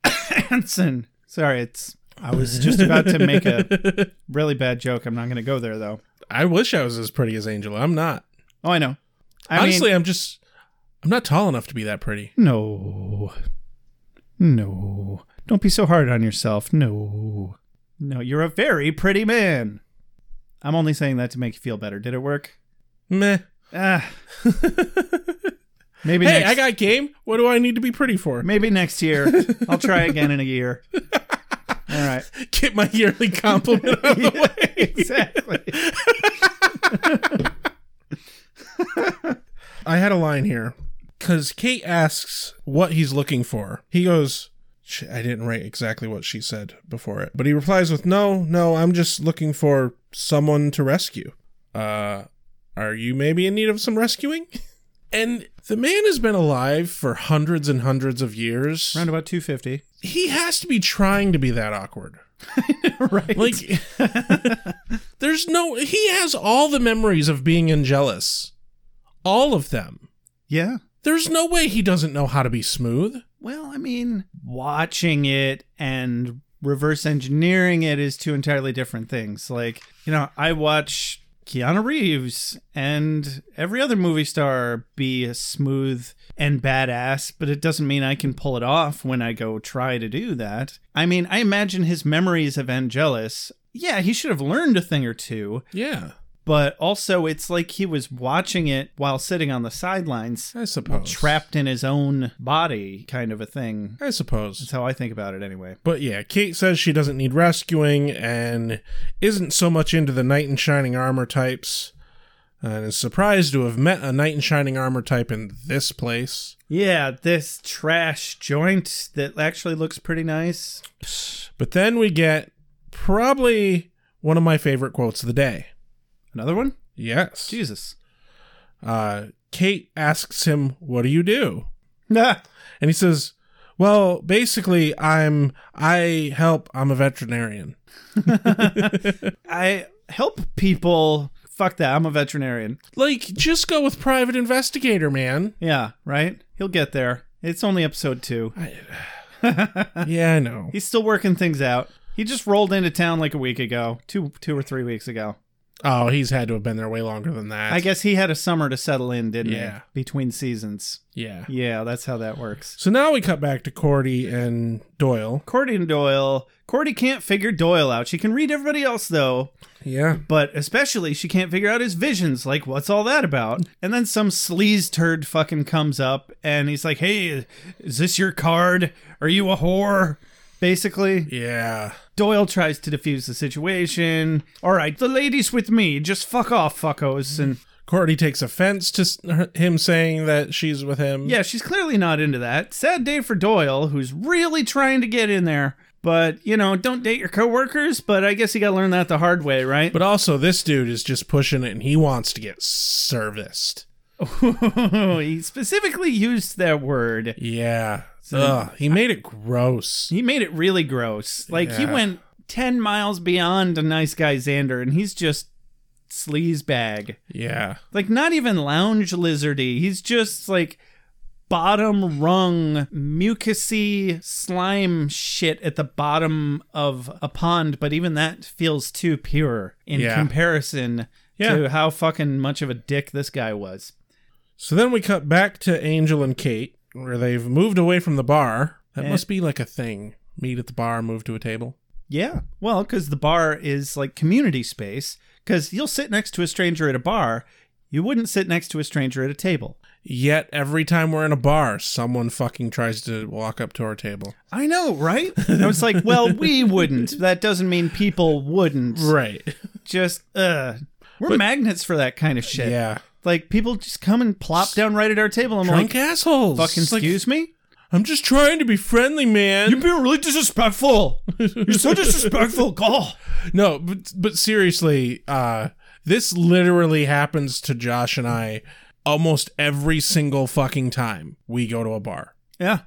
Speaker 8: Hansen. Sorry, it's. I was just about to make a really bad joke. I'm not going to go there, though.
Speaker 1: I wish I was as pretty as Angel. I'm not.
Speaker 8: Oh, I know. I
Speaker 1: Honestly,
Speaker 8: mean,
Speaker 1: I'm just. I'm not tall enough to be that pretty.
Speaker 8: no. No. Don't be so hard on yourself. No. No, you're a very pretty man. I'm only saying that to make you feel better. Did it work?
Speaker 1: Meh.
Speaker 8: Ah. maybe
Speaker 1: Hey,
Speaker 8: next,
Speaker 1: I got game. What do I need to be pretty for?
Speaker 8: maybe next year. I'll try again in a year. All right.
Speaker 1: Get my yearly compliment out of the way.
Speaker 8: Exactly.
Speaker 1: I had a line here because Kate asks what he's looking for. He goes, "Sh- I didn't write exactly what she said before it, but he replies with, No, no, I'm just looking for someone to rescue. Uh, are you maybe in need of some rescuing? And the man has been alive for hundreds and hundreds of years.
Speaker 8: Around about 250.
Speaker 1: He has to be trying to be that awkward.
Speaker 8: right.
Speaker 1: Like, there's no, he has all the memories of being in jealous. All of them.
Speaker 8: yeah.
Speaker 1: There's no way he doesn't know how to be smooth.
Speaker 8: Well, I mean, watching it and reverse engineering it is two entirely different things. Like, you know, I watch Keanu Reeves and every other movie star be a smooth and badass, but it doesn't mean I can pull it off when I go try to do that. I mean, I imagine his memories of Angelus. Yeah, he should have learned a thing or two,
Speaker 1: Yeah,
Speaker 8: but also it's like he was watching it while sitting on the sidelines,
Speaker 1: I suppose.
Speaker 8: trapped in his own body, kind of a thing.
Speaker 1: I suppose.
Speaker 8: That's how I think about it anyway.
Speaker 1: But yeah, Kate says she doesn't need rescuing and isn't so much into the knight in shining armor types and is surprised to have met a knight in shining armor type in this place.
Speaker 8: Yeah, this trash joint that actually looks pretty nice.
Speaker 1: But then we get probably one of my favorite quotes of the day.
Speaker 8: Another one?
Speaker 1: Yes.
Speaker 8: Jesus.
Speaker 1: Uh, Kate asks him, What do you do?
Speaker 8: Nah.
Speaker 1: And he says, Well, basically, I'm, I help, I'm a veterinarian.
Speaker 8: I help people. Fuck that. I'm a veterinarian.
Speaker 1: Like, just go with private investigator, man.
Speaker 8: Yeah, right? He'll get there. It's only episode two.
Speaker 1: yeah, I know.
Speaker 8: He's still working things out. He just rolled into town like a week ago, two two or three weeks ago.
Speaker 1: Oh, he's had to have been there way longer than that.
Speaker 8: I guess he had a summer to settle in, didn't
Speaker 1: Yeah.
Speaker 8: he? Between seasons.
Speaker 1: Yeah.
Speaker 8: Yeah, that's how that works.
Speaker 1: So now we cut back to Cordy and Doyle.
Speaker 8: Cordy and Doyle. Cordy can't figure Doyle out. She can read everybody else though,
Speaker 1: Yeah.
Speaker 8: but especially she can't figure out his visions. Like, what's all that about? And then some sleaze turd fucking comes up and he's like, "Hey, is this your card? Are you a whore?" Basically,
Speaker 1: Yeah.
Speaker 8: Doyle tries to defuse the situation. All right, the ladies with me. Just fuck off, fuckos. And
Speaker 1: Cordy takes offense to s- her- him saying that she's with him.
Speaker 8: yeah, she's clearly not into that. Sad day for Doyle, who's really trying to get in there. But, you know, don't date your coworkers, but I guess you gotta learn that the hard way, right?
Speaker 1: But also, this dude is just pushing it and he wants to get serviced.
Speaker 8: he specifically used that word.
Speaker 1: Yeah. Ugh, he made it gross.
Speaker 8: He made it really gross. Like he
Speaker 1: Yeah.
Speaker 8: went ten miles beyond a nice guy Xander, and he's just sleaze bag.
Speaker 1: Yeah.
Speaker 8: Like not even lounge lizardy. He's just like bottom rung mucusy slime shit at the bottom of a pond, but even that feels too pure in
Speaker 1: Yeah.
Speaker 8: comparison
Speaker 1: Yeah.
Speaker 8: to how fucking much of a dick this guy was.
Speaker 1: So then we cut back to Angel and Kate, where they've moved away from the bar. That
Speaker 8: Eh.
Speaker 1: must be like a thing. Meet at the bar, move to a table.
Speaker 8: Yeah. Well, because the bar is like community space. Because you'll sit next to a stranger at a bar, you wouldn't sit next to a stranger at a table.
Speaker 1: Yet every time we're in a bar, someone fucking tries to walk up to our table.
Speaker 8: I know, right? I was like, well, we wouldn't. That doesn't mean people wouldn't.
Speaker 1: Right.
Speaker 8: Just, uh, we're magnets for that kind of shit.
Speaker 1: Yeah.
Speaker 8: Like, people just come and plop down right at our table. I'm
Speaker 1: Drunk
Speaker 8: like,
Speaker 1: assholes.
Speaker 8: fucking
Speaker 1: It's like,
Speaker 8: excuse me?
Speaker 1: I'm just trying to be friendly, man.
Speaker 8: being really disrespectful. You're so disrespectful. Oh.
Speaker 1: no, but but seriously, uh, this literally happens to Josh and I almost every single fucking time we go to a bar.
Speaker 8: Yeah.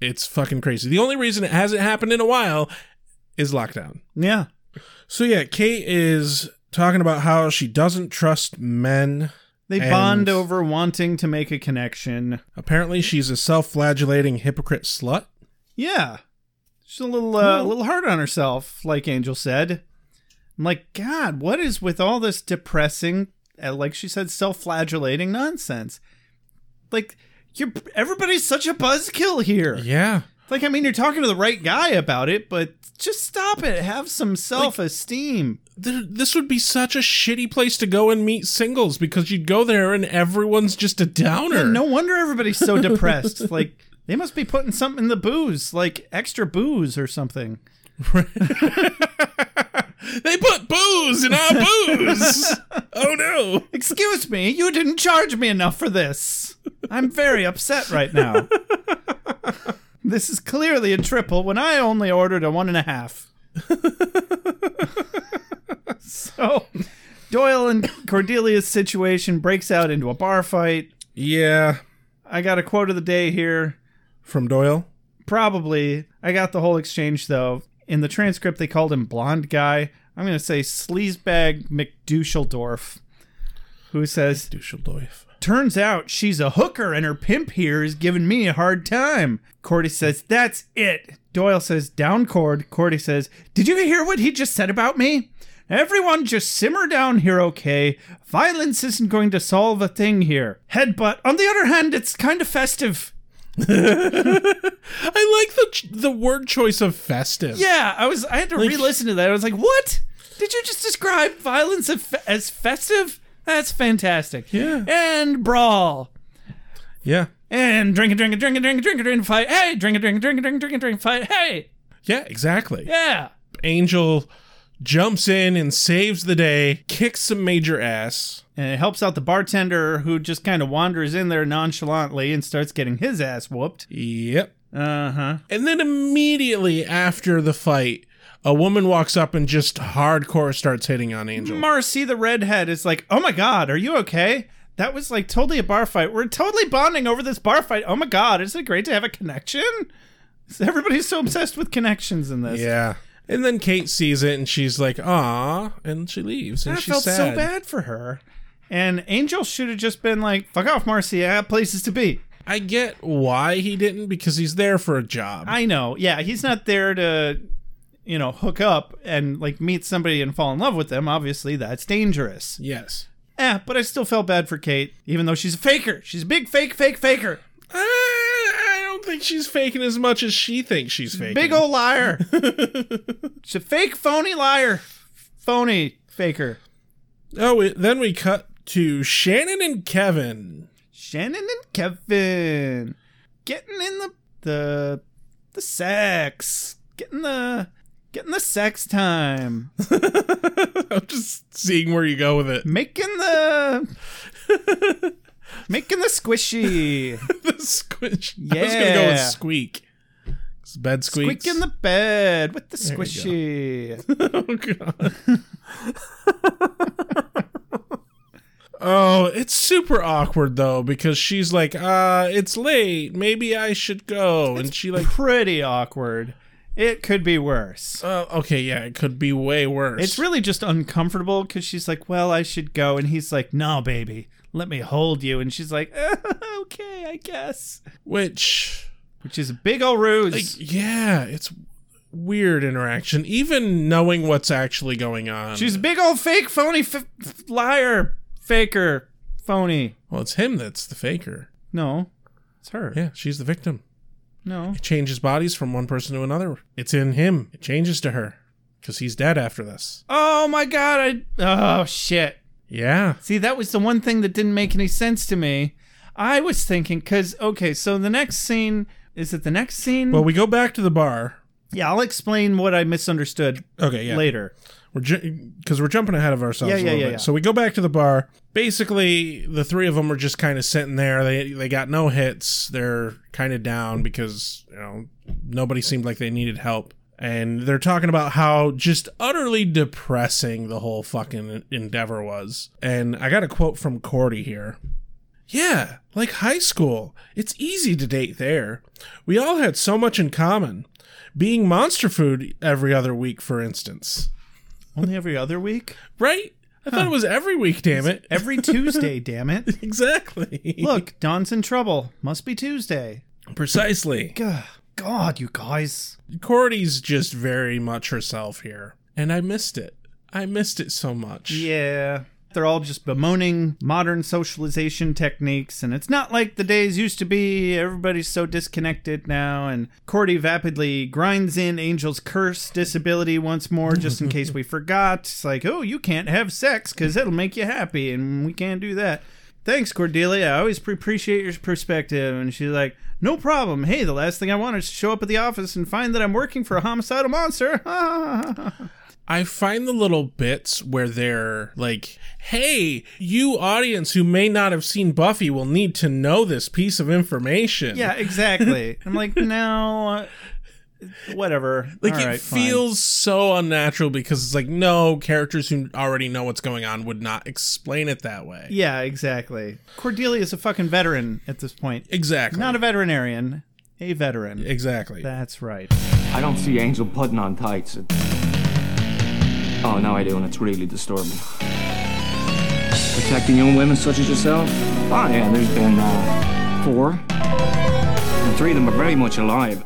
Speaker 1: It's fucking crazy. The only reason it hasn't happened in a while is lockdown.
Speaker 8: Yeah.
Speaker 1: So yeah, Kate is talking about how she doesn't trust men.
Speaker 8: They
Speaker 1: And-
Speaker 8: bond over wanting to make a connection.
Speaker 1: Apparently, she's a self-flagellating hypocrite slut.
Speaker 8: Yeah. She's a little uh, a little hard on herself, like Angel said. I'm like, God, what is with all this depressing, uh, like she said, self-flagellating nonsense? Like, you're everybody's such a buzzkill here.
Speaker 1: Yeah.
Speaker 8: Like, I mean, you're talking to the right guy about it, but just stop it. Have some self-esteem.
Speaker 1: Th- this would be such a shitty place to go and meet singles because you'd go there and everyone's just a downer.
Speaker 8: Yeah, no wonder everybody's so depressed. Like, they must be putting something in the booze, like extra booze or something.
Speaker 1: They put booze in our booze. oh no.
Speaker 8: Excuse me, you didn't charge me enough for this. I'm very upset right now. this is clearly a triple when I only ordered a one and a half. so, Doyle and Cordelia's situation breaks out into a bar fight.
Speaker 1: Yeah.
Speaker 8: I got a quote of the day here.
Speaker 1: From Doyle.
Speaker 8: Probably. I got the whole exchange, though. In the transcript, they called him Blonde Guy. I'm going to say Sleazebag McDoucheldorf. who says,
Speaker 1: Dusseldorf.
Speaker 8: Turns out she's a hooker and her pimp here is giving me a hard time. Cordy says, That's it. Doyle says, Down, Cord. Cordy says, Did you hear what he just said about me? Everyone just simmer down here, okay? Violence isn't going to solve a thing here. Headbutt. On the other hand, it's kind of festive.
Speaker 1: I like the ch- the word choice of festive.
Speaker 8: Yeah, I was. I had to re-listen to that. I was like, "What? Did you just describe violence as, fe- as festive? That's fantastic."
Speaker 1: Yeah.
Speaker 8: And brawl.
Speaker 1: yeah,
Speaker 8: And drink and drink and drink and drink and drink and drink and fight. Hey, drink and drink and drink and drink and drink and drink and fight. Hey,
Speaker 1: yeah, exactly.
Speaker 8: yeah.
Speaker 1: Angel jumps in and saves the day, kicks some major ass.
Speaker 8: And it helps out the bartender who just kind of wanders in there nonchalantly and starts getting his ass whooped.
Speaker 1: Yep.
Speaker 8: Uh huh.
Speaker 1: And then immediately after the fight, a woman walks up and just hardcore starts hitting on Angel.
Speaker 8: Marcy the redhead is like, "Oh my god, are you okay?" That was like totally a bar fight. We're totally bonding over this bar fight. Oh my god, isn't it great to have a connection? Everybody's so obsessed with connections in this.
Speaker 1: yeah. And then Kate sees it and she's like, "Ah!" and she leaves. And
Speaker 8: I
Speaker 1: she's
Speaker 8: felt
Speaker 1: sad.
Speaker 8: so bad for her. And Angel should have just been like, "Fuck off, Marcy. I have places to be."
Speaker 1: I get why he didn't because he's there for a job.
Speaker 8: I know. Yeah, he's not there to, you know, hook up and like meet somebody and fall in love with them. Obviously, that's dangerous.
Speaker 1: yes.
Speaker 8: Eh, but I still felt bad for Kate, even though she's a faker. She's a big fake, fake, faker.
Speaker 1: Uh, I don't think she's faking as much as she thinks she's faking.
Speaker 8: Big old liar. She's a fake, phony liar. Phony faker.
Speaker 1: Oh, we, then we cut to Shannon and Kevin.
Speaker 8: Shannon and Kevin getting in the the the sex, getting the getting the sex time,
Speaker 1: I'm just seeing where you go with it.
Speaker 8: making the making the squishy,
Speaker 1: the squish. I was gonna go with
Speaker 8: Yeah.
Speaker 1: squeak. 'Cause Bed squeaks.
Speaker 8: squeaking the bed with the
Speaker 1: you go.
Speaker 8: squishy.
Speaker 1: oh god. oh, it's super awkward though because she's like, "Uh, it's late. Maybe I should go." and she like,
Speaker 8: Pretty awkward. It could be worse.
Speaker 1: uh, "Okay, yeah, it could be way worse."
Speaker 8: It's really just uncomfortable because she's like, "Well, I should go," and he's like, "No, baby, let me hold you," and she's like, "Okay, I guess,"
Speaker 1: which
Speaker 8: which is a big old ruse.
Speaker 1: like yeah, it's weird interaction even knowing what's actually going on.
Speaker 8: She's a big old fake, phony, f- f- liar, faker, phony.
Speaker 1: well, it's him that's the faker.
Speaker 8: No, it's her.
Speaker 1: Yeah, she's the victim.
Speaker 8: No.
Speaker 1: It changes bodies from one person to another. It's in him. It changes to her because he's dead after this.
Speaker 8: Oh my god! I oh shit.
Speaker 1: Yeah.
Speaker 8: See, that was the one thing that didn't make any sense to me. I was thinking because okay, so the next scene is it the next scene?
Speaker 1: Well, we go back to the bar.
Speaker 8: yeah, I'll explain what I misunderstood
Speaker 1: Okay, yeah.
Speaker 8: later.
Speaker 1: We're because we're jumping ahead of ourselves.
Speaker 8: Yeah,
Speaker 1: a
Speaker 8: yeah,
Speaker 1: little
Speaker 8: yeah,
Speaker 1: bit.
Speaker 8: yeah.
Speaker 1: So we go back to the bar. Basically, the three of them were just kind of sitting there. They they got no hits. They're kind of down because you know nobody seemed like they needed help. And they're talking about how just utterly depressing the whole fucking endeavor was. And I got a quote from Cordy here. Yeah, like high school. It's easy to date there. We all had so much in common. Being monster food every other week, for instance.
Speaker 8: Only every other week?
Speaker 1: Right? I thought it was every week, damn it.
Speaker 8: Every Tuesday, damn it.
Speaker 1: exactly.
Speaker 8: Look, Don's in trouble. Must be Tuesday.
Speaker 1: Precisely.
Speaker 8: Gah. God, you guys.
Speaker 1: Cordy's just very much herself here. And I missed it. I missed it so much.
Speaker 8: Yeah. They're all just bemoaning modern socialization techniques, and it's not like the days used to be. Everybody's so disconnected now, and Cordy rapidly grinds in Angel's curse disability once more, just in case we forgot. It's like, oh, you can't have sex because it'll make you happy, and we can't do that. Thanks, Cordelia. I always pre- appreciate your perspective. And she's like, no problem. Hey, the last thing I want is to show up at the office and find that I'm working for a homicidal monster.
Speaker 1: I find the little bits where they're like, hey, you audience who may not have seen Buffy will need to know this piece of information.
Speaker 8: Yeah, exactly. I'm like, no, uh, whatever.
Speaker 1: Like
Speaker 8: All
Speaker 1: it
Speaker 8: right, fine.
Speaker 1: feels so unnatural because it's like, no, characters who already know what's going on would not explain it that way.
Speaker 8: Yeah, exactly. Cordelia is a fucking veteran at this point.
Speaker 1: Exactly.
Speaker 8: Not a veterinarian, a veteran.
Speaker 1: exactly.
Speaker 8: That's right.
Speaker 4: I don't see Angel putting on tights. It- Oh, now I do, and it's really disturbing.
Speaker 5: Protecting young women such as yourself? Ah, yeah, there's been uh, four. And three of them are very much alive.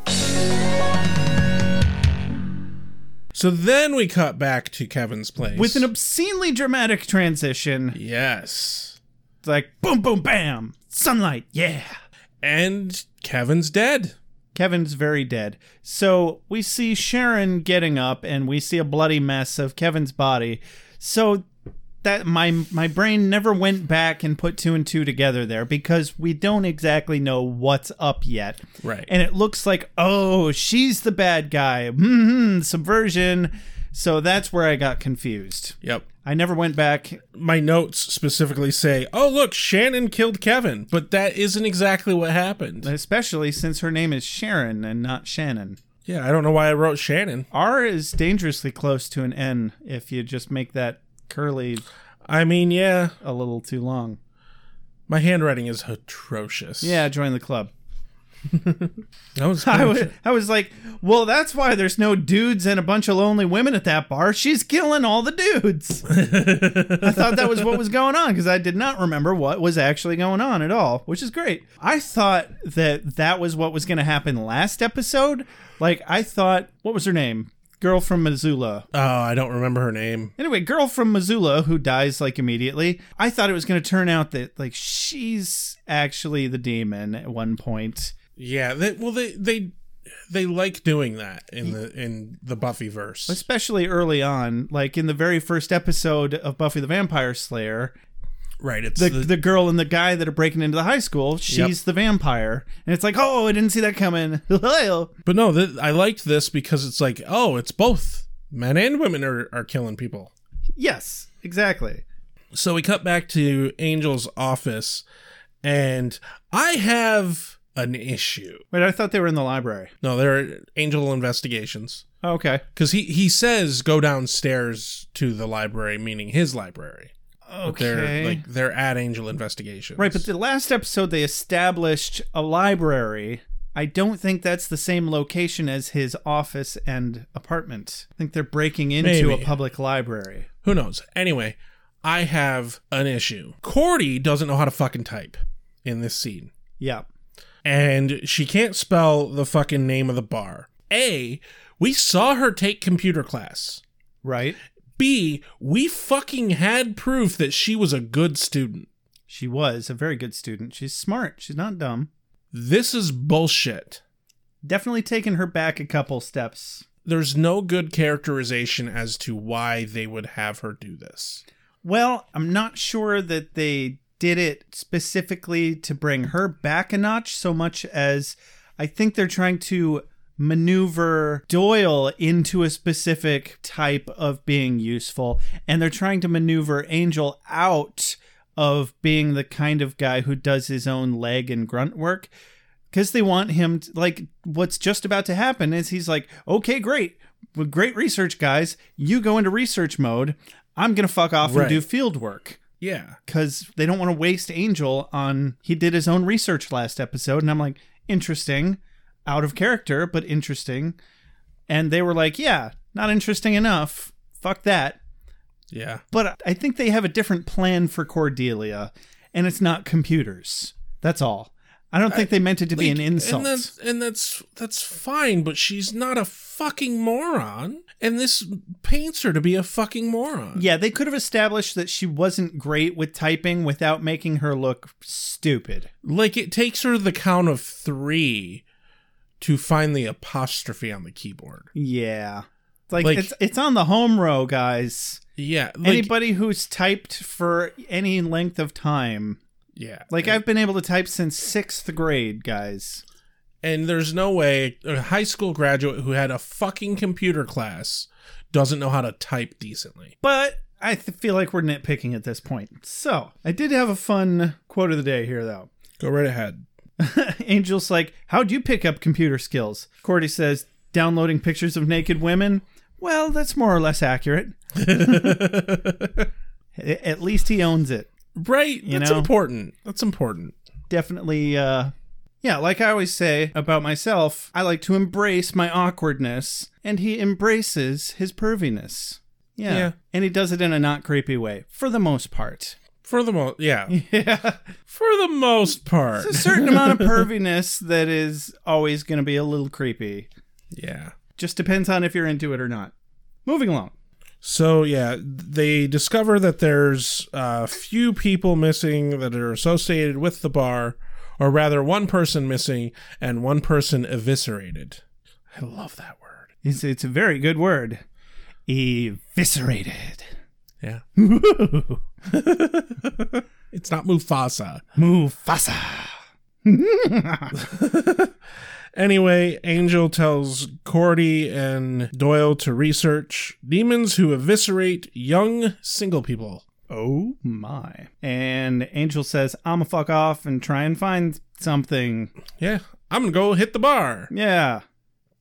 Speaker 1: So then we cut back to Kevin's place.
Speaker 8: With an obscenely dramatic transition,
Speaker 1: yes.
Speaker 8: it's like boom, boom, bam, sunlight, yeah.
Speaker 1: And Kevin's dead.
Speaker 8: Kevin's very dead. So we see Sharon getting up and we see a bloody mess of Kevin's body. So that my my brain never went back and put two and two together there because we don't exactly know what's up yet.
Speaker 1: Right.
Speaker 8: And it looks like oh, she's the bad guy. hmm subversion. So that's where I got confused.
Speaker 1: Yep.
Speaker 8: I never went back.
Speaker 1: My notes specifically say, "Oh, look, Shannon killed Kevin," but that isn't exactly what happened.
Speaker 8: Especially since her name is Sharon and not Shannon.
Speaker 1: Yeah, I don't know why I wrote Shannon.
Speaker 8: R is dangerously close to an N if you just make that curly
Speaker 1: I mean, yeah,
Speaker 8: a little too long.
Speaker 1: my handwriting is atrocious.
Speaker 8: Yeah, join the club.
Speaker 1: that was.
Speaker 8: I was, I was like, well, that's why there's no dudes and a bunch of lonely women at that bar. She's killing all the dudes. I thought that was what was going on because I did not remember what was actually going on at all, which is great. I thought that that was what was going to happen last episode. Like, I thought, what was her name? Girl from Missoula.
Speaker 1: oh, I don't remember her name.
Speaker 8: Anyway, girl from Missoula who dies like immediately. I thought it was going to turn out that like she's actually the demon at one point.
Speaker 1: Yeah, they, well, they they they like doing that in the in the Buffy verse.
Speaker 8: especially early on like in the very first episode of buffy the vampire slayer
Speaker 1: right. It's
Speaker 8: the,
Speaker 1: the,
Speaker 8: the girl and the guy that are breaking into the high school she's the vampire and it's like oh i didn't see that coming
Speaker 1: but no, th- I liked this because it's like, oh, it's both men and women are are killing people.
Speaker 8: yes exactly
Speaker 1: So we cut back to Angel's office, and I have an issue.
Speaker 8: wait i thought they were in the library
Speaker 1: No, there are Angel investigations
Speaker 8: oh, okay
Speaker 1: because he he says go downstairs to the library, meaning his library. But
Speaker 8: Okay.
Speaker 1: they're like they're at Angel investigations.
Speaker 8: right but the last episode they established a library i don't think that's the same location as his office and apartment i think they're breaking into
Speaker 1: Maybe.
Speaker 8: a public library
Speaker 1: who knows? Anyway, I have an issue. Cordy doesn't know how to fucking type in this scene.
Speaker 8: yeah
Speaker 1: and she can't spell the fucking name of the bar. A, we saw her take computer class.
Speaker 8: right
Speaker 1: B, we fucking had proof that she was a good student.
Speaker 8: She was a very good student. She's smart. She's not dumb.
Speaker 1: This is bullshit.
Speaker 8: Definitely taken her back a couple steps.
Speaker 1: There's no good characterization as to why they would have her do this.
Speaker 8: Well, I'm not sure that they did it specifically to bring her back a notch so much as I think they're trying to maneuver Doyle into a specific type of being useful and they're trying to maneuver Angel out of being the kind of guy who does his own leg and grunt work because they want him to, like what's just about to happen is he's like okay great well, great research guys you go into research mode i'm gonna fuck off
Speaker 1: Right.
Speaker 8: and do field work
Speaker 1: Yeah.
Speaker 8: because they don't want to waste angel on he did his own research last episode and i'm like interesting out of character but interesting and they were like yeah not interesting enough fuck that
Speaker 1: Yeah.
Speaker 8: but I think they have a different plan for Cordelia, and it's not computers. That's all. I don't think they meant it to be an
Speaker 1: Like,
Speaker 8: insult.
Speaker 1: And that's and that's that's fine, but she's not a fucking moron. And this paints her to be a fucking moron.
Speaker 8: yeah, they could have established that she wasn't great with typing without making her look stupid.
Speaker 1: Like it takes her the count of three to find the apostrophe on the keyboard.
Speaker 8: Yeah. It's Like,
Speaker 1: Like-
Speaker 8: it's it's on the home row, guys.
Speaker 1: Yeah. Like,
Speaker 8: Anybody who's typed for any length of time.
Speaker 1: Yeah.
Speaker 8: Like
Speaker 1: and,
Speaker 8: I've been able to type since sixth grade, guys.
Speaker 1: and there's no way a high school graduate who had a fucking computer class doesn't know how to type decently.
Speaker 8: But I th- feel like we're nitpicking at this point. So I did have a fun quote of the day here, though.
Speaker 1: Go right ahead.
Speaker 8: Angel's like, How'd you pick up computer skills? Cordy says, Downloading pictures of naked women. Well, that's more or less accurate. A- At least he owns it.
Speaker 1: Right. that's
Speaker 8: know?
Speaker 1: important. That's important.
Speaker 8: Definitely, uh, yeah, like I always say about myself, I like to embrace my awkwardness, and he embraces his perviness. Yeah.
Speaker 1: Yeah.
Speaker 8: And he does it in a not creepy way, for the most part.
Speaker 1: For the most, yeah.
Speaker 8: Yeah.
Speaker 1: For the most part,
Speaker 8: There's a certain amount of perviness that is always going to be a little creepy.
Speaker 1: yeah.
Speaker 8: Just depends on if you're into it or not. Moving along.
Speaker 1: So yeah, they discover that there's a uh, few people missing that are associated with the bar, or rather, one person missing and one person eviscerated. I love that word.
Speaker 8: It's, it's a very good word. Eviscerated.
Speaker 1: Yeah, it's not Mufasa.
Speaker 8: Mufasa.
Speaker 1: Anyway, Angel tells Cordy and Doyle to research demons who eviscerate young single people.
Speaker 8: Oh my. And Angel says, I'm a fuck off and try and find something.
Speaker 1: Yeah, I'm gonna go hit the bar.
Speaker 8: Yeah.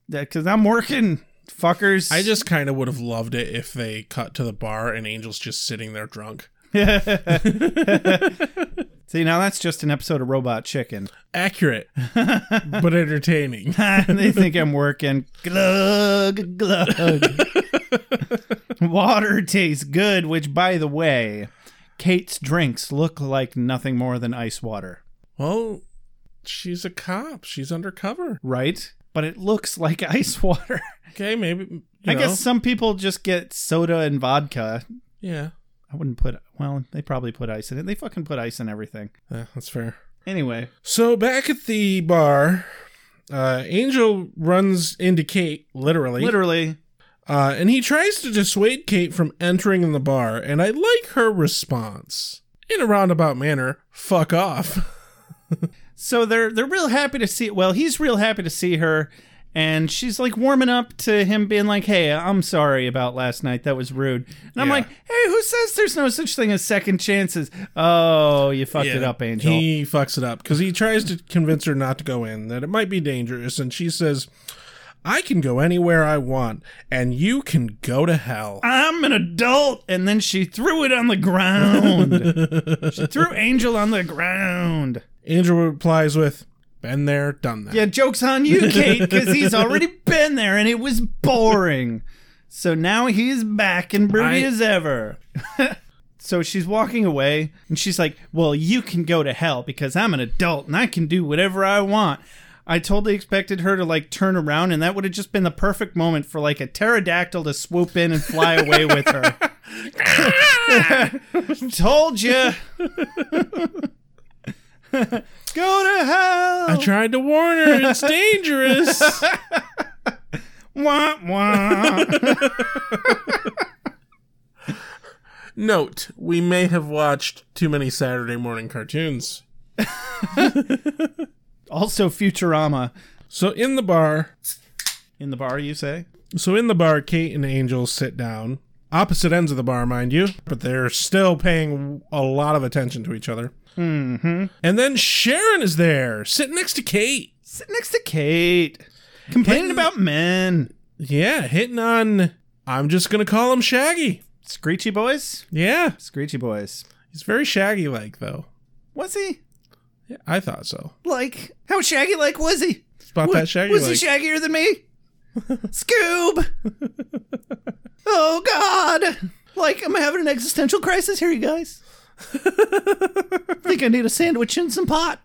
Speaker 8: Because I'm working, fuckers.
Speaker 1: I just kind of would have loved it if they cut to the bar and Angel's just sitting there drunk.
Speaker 8: See, now that's just an episode of Robot Chicken.
Speaker 1: Accurate, but entertaining.
Speaker 8: they think I'm working. Glug, glug. Water tastes good, which, by the way, Kate's drinks look like nothing more than ice water,
Speaker 1: Well, she's a cop. She's undercover.
Speaker 8: right? But it looks like ice water.
Speaker 1: Okay, maybe. you
Speaker 8: I
Speaker 1: know,
Speaker 8: guess some people just get soda and vodka.
Speaker 1: Yeah,
Speaker 8: I wouldn't put, well, they probably put ice in it. They fucking put ice in everything.
Speaker 1: yeah, that's fair.
Speaker 8: Anyway,
Speaker 1: So back at the bar, uh, Angel runs into Kate, literally.
Speaker 8: literally,
Speaker 1: Uh, and he tries to dissuade Kate from entering the bar, and I like her response. In a roundabout manner, fuck off.
Speaker 8: so they're they're real happy to see well he's real happy to see her and she's like warming up to him being like hey i'm sorry about last night that was rude and i'm
Speaker 1: Yeah.
Speaker 8: like hey who says there's no such thing as second chances oh you fucked it
Speaker 1: Yeah,
Speaker 8: up angel
Speaker 1: He fucks it up because he tries to convince her not to go in, that it might be dangerous, and she says, I can go anywhere I want, and you can go to hell.
Speaker 8: i'm an adult and then she threw it on the ground she threw angel on the ground
Speaker 1: Angel replies with, Been there, done that.
Speaker 8: yeah jokes on you kate because he's already been there and it was boring so now he's back and broody
Speaker 1: I-
Speaker 8: as ever So she's walking away and she's like, Well, you can go to hell because I'm an adult and I can do whatever I want. I totally expected her to like turn around and that would have just been the perfect moment for like a pterodactyl to swoop in and fly away with her. Told you. go to hell.
Speaker 1: I tried to warn her, it's dangerous.
Speaker 8: Wah, wah.
Speaker 1: Note, we may have watched too many Saturday morning cartoons.
Speaker 8: also, Futurama
Speaker 1: So in the bar,
Speaker 8: in the bar, you say?
Speaker 1: So in the bar, Kate and Angel sit down, opposite ends of the bar, mind you, but they're still paying a lot of attention to each other. Mm-hmm. And then Sharon is there, sitting next to Kate.
Speaker 8: Sit next to Kate, complaining
Speaker 1: Hitting-
Speaker 8: about men.
Speaker 1: Yeah, hitting on. I'm just gonna call him Shaggy.
Speaker 8: Screechy Boys?
Speaker 1: Yeah,
Speaker 8: Screechy Boys.
Speaker 1: he's very Shaggy-like though.
Speaker 8: Was he?
Speaker 1: Yeah, I thought so.
Speaker 8: Like, how shaggy like was he?
Speaker 1: It's about
Speaker 8: Wa-
Speaker 1: that Shaggy.
Speaker 8: was he shaggier than me? Scoob! oh, God! Like, I'm having an existential crisis here, you guys. think I need a sandwich and some pot.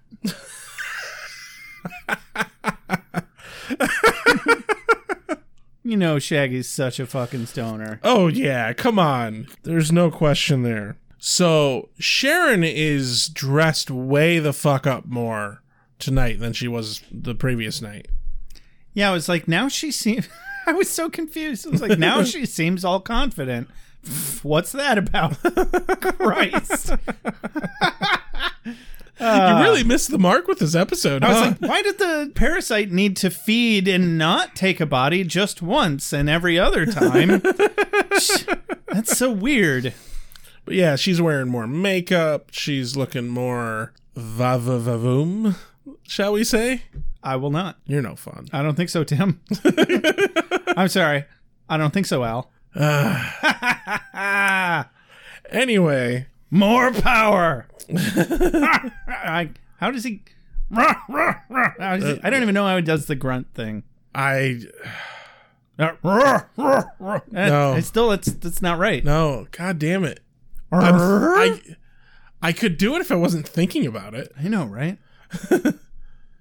Speaker 8: you know, Shaggy's such a fucking stoner.
Speaker 1: Oh yeah, come on. There's no question there. So Sharon is dressed way the fuck up more tonight than she was the previous night.
Speaker 8: Yeah, I was like, now she seems. I was so confused. I was like, now she seems all confident. What's that about? Christ.
Speaker 1: you really missed the mark with this episode.
Speaker 8: I was
Speaker 1: huh?
Speaker 8: like, why did the parasite need to feed and not take a body just once and every other time? Sh- That's so weird.
Speaker 1: But yeah, she's wearing more makeup. She's looking more va-va-va-voom, shall we say?
Speaker 8: I will not.
Speaker 1: You're no fun. Uh,
Speaker 8: I don't think so, Tim. I'm sorry. I don't think so, Al.
Speaker 1: Anyway,
Speaker 8: More power. I, how does he? How does he- I don't even know how he does the grunt thing.
Speaker 1: I oh,
Speaker 8: No. It's still it's that's not right.
Speaker 1: no, god damn it. I'm, I I could do it if I wasn't thinking about it.
Speaker 8: I know, right?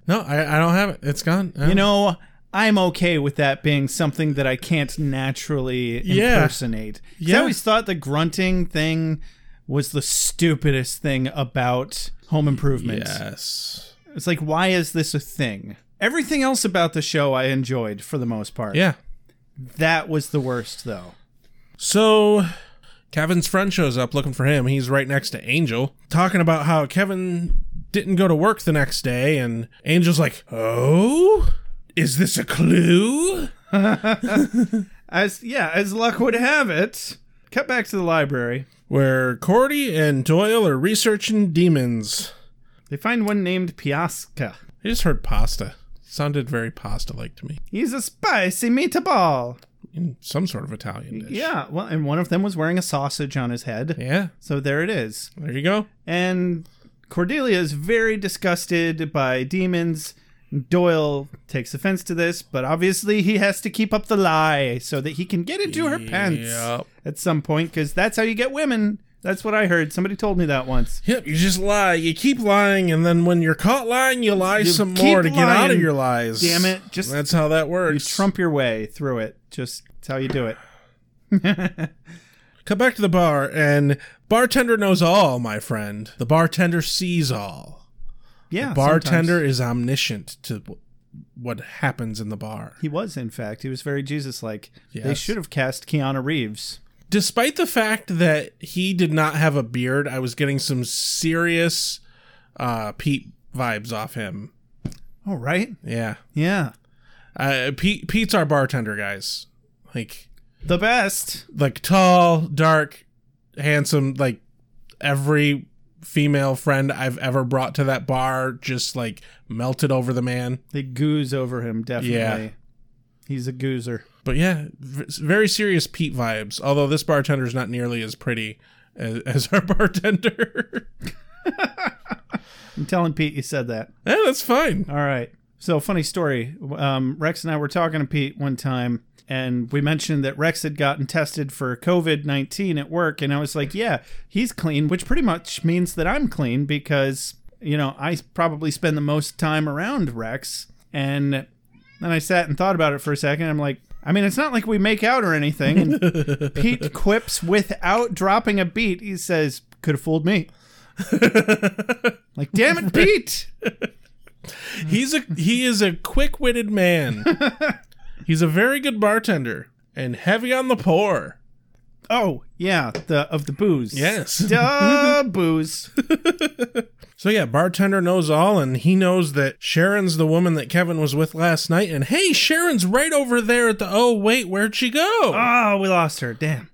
Speaker 1: No, I, I don't have it. It's gone.
Speaker 8: You know, I'm okay with that being something that I can't naturally
Speaker 1: Yeah.
Speaker 8: impersonate. 'Cause
Speaker 1: Yeah.
Speaker 8: I always thought the grunting thing was the stupidest thing about home improvement.
Speaker 1: Oh, Yes.
Speaker 8: It's like, why is this a thing? Everything else about the show I enjoyed for the most part.
Speaker 1: Yeah.
Speaker 8: That was the worst, though.
Speaker 1: So Kevin's friend shows up looking for him. He's right next to Angel, talking about how Kevin didn't go to work the next day, and Angel's like, "Oh, is this a clue?"
Speaker 8: As yeah, as luck would have it, cut back to the library.
Speaker 1: Where Cordy and Doyle are researching demons.
Speaker 8: They find one named Piasca.
Speaker 1: I just heard pasta. Sounded very pasta-like to me.
Speaker 8: He's a spicy meatball.
Speaker 1: In some sort of Italian dish.
Speaker 8: Yeah, well, and one of them was wearing a sausage on his head.
Speaker 1: Yeah.
Speaker 8: So there it is.
Speaker 1: There you go.
Speaker 8: And Cordelia is very disgusted by demons. Doyle takes offense to this, but obviously he has to keep up the lie so that he can get into her pants
Speaker 1: Yep.
Speaker 8: at some point because that's how you get women. That's what I heard. Somebody told me that once.
Speaker 1: Yep, you just lie. You keep lying, and then when you're caught lying, you lie some
Speaker 8: keep
Speaker 1: more to get out of
Speaker 8: lying.
Speaker 1: your lies.
Speaker 8: Damn it, just-
Speaker 1: that's how that
Speaker 8: You
Speaker 1: works.
Speaker 8: trump your way through it. Just that's how you do it.
Speaker 1: Come back to the bar, and bartender knows all, my friend. The bartender sees all.
Speaker 8: Yeah.
Speaker 1: bartender
Speaker 8: Ah, sometimes.
Speaker 1: is omniscient to w- what happens in the bar.
Speaker 8: He was, in fact. He was very Jesus like. They
Speaker 1: Yes.
Speaker 8: should have cast Keanu Reeves.
Speaker 1: Despite the fact that he did not have a beard, I was getting some serious uh, Pete vibes off him.
Speaker 8: Oh, right?
Speaker 1: Yeah,
Speaker 8: Yeah.
Speaker 1: uh, Pete, Pete's our bartender, guys. Like
Speaker 8: The best.
Speaker 1: like tall, dark, handsome, like every female friend I've ever brought to that bar just like melted over the man.
Speaker 8: They goose over him, definitely.
Speaker 1: Yeah.
Speaker 8: He's a goozer.
Speaker 1: But yeah, v- very serious Pete vibes. Although this bartender's not nearly as pretty as, as our bartender.
Speaker 8: I'm telling Pete you said that.
Speaker 1: yeah, that's fine.
Speaker 8: All right. So, funny story. Um, Rex and I were talking to Pete one time, and we mentioned that Rex had gotten tested for COVID 19 at work. And I was like, yeah, he's clean, which pretty much means that I'm clean because, you know, I probably spend the most time around Rex. And then I sat and thought about it for a second. I'm like, I mean, it's not like we make out or anything. And Pete quips without dropping a beat. He says, could have fooled me. like, damn it, Pete.
Speaker 1: He's a he is a quick-witted man. He's a very good bartender and heavy on the pour.
Speaker 8: Oh yeah, the of the booze.
Speaker 1: Yes.
Speaker 8: Duh, booze.
Speaker 1: So yeah, bartender knows all, and he knows that Sharon's the woman that Kevin was with last night. And hey, Sharon's right over there at the. Oh wait, where'd she go?
Speaker 8: Oh, we lost her. Damn.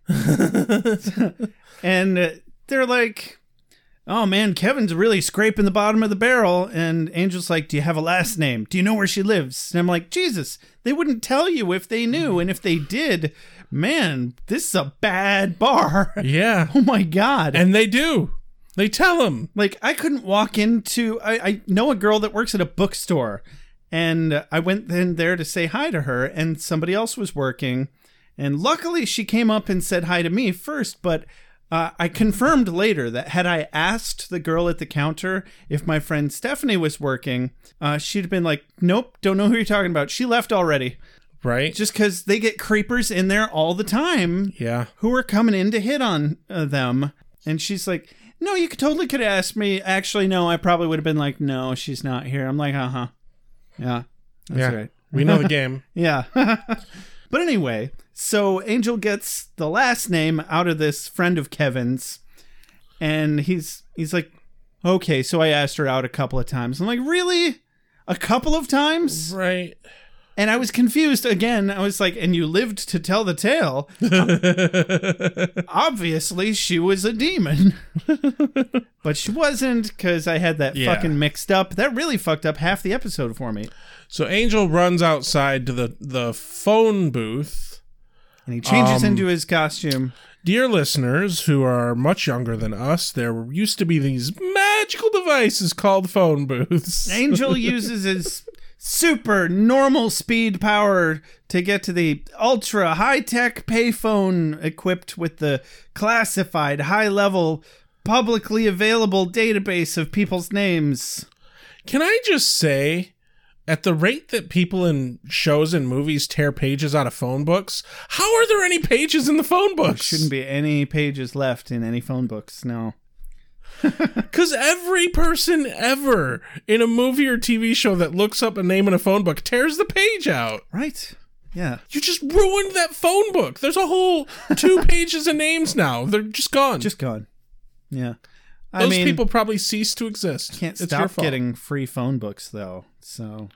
Speaker 8: and uh, they're like, "Oh man, Kevin's really scraping the bottom of the barrel." And Angel's like, "Do you have a last name? Do you know where she lives?" And I'm like, "Jesus, they wouldn't tell you if they
Speaker 1: Mm-hmm.
Speaker 8: knew, and if they did, man, this is a bad bar."
Speaker 1: yeah,
Speaker 8: oh my god.
Speaker 1: and they do. They tell him.
Speaker 8: Like I couldn't walk into I, I know a girl that works at a bookstore and I went in there to say hi to her and somebody else was working and luckily she came up and said hi to me first but uh, I confirmed later that had I asked the girl at the counter if my friend Stephanie was working, uh, she'd have been like, "Nope, don't know who you're talking about. She left already."
Speaker 1: Right.
Speaker 8: Just because they get creepers in there all the time
Speaker 1: yeah.
Speaker 8: who are coming in to hit on uh, them. And she's like, no, you could totally could ask me. Actually, no, I probably would have been like, no, she's not here. I'm like, uh huh. Yeah. That's
Speaker 1: yeah.
Speaker 8: right.
Speaker 1: We know the game.
Speaker 8: Yeah. but anyway, so Angel gets the last name out of this friend of Kevin's, and he's he's like, okay. So I asked her out a couple of times. I'm like, really? A couple of times?
Speaker 1: right.
Speaker 8: And I was confused again. I was like, and you lived to tell the tale. Obviously, she was a demon. but she wasn't because I had that
Speaker 1: Yeah.
Speaker 8: fucking mixed up. That really fucked up half the episode for me.
Speaker 1: So Angel runs outside to the the phone booth.
Speaker 8: And he changes
Speaker 1: Um,
Speaker 8: into his costume.
Speaker 1: Dear listeners who are much younger than us, there used to be these magical devices called phone booths.
Speaker 8: Angel uses his super normal speed power to get to the ultra high tech payphone equipped with the classified high level publicly available database of people's names.
Speaker 1: Can I just say, at the rate that people in shows and movies tear pages out of phone books, how are there any pages in the phone books?
Speaker 8: Shouldn't be any pages left in any phone books. No.
Speaker 1: Because every person ever in a movie or TV show that looks up a name in a phone book tears the page out.
Speaker 8: Right. Yeah.
Speaker 1: You just ruined that phone book. There's a whole two pages of names now. They're just gone.
Speaker 8: Just gone. Yeah. I
Speaker 1: Those
Speaker 8: mean,
Speaker 1: people probably cease to exist. It's
Speaker 8: can't
Speaker 1: your
Speaker 8: stop
Speaker 1: fault.
Speaker 8: getting free phone books though. So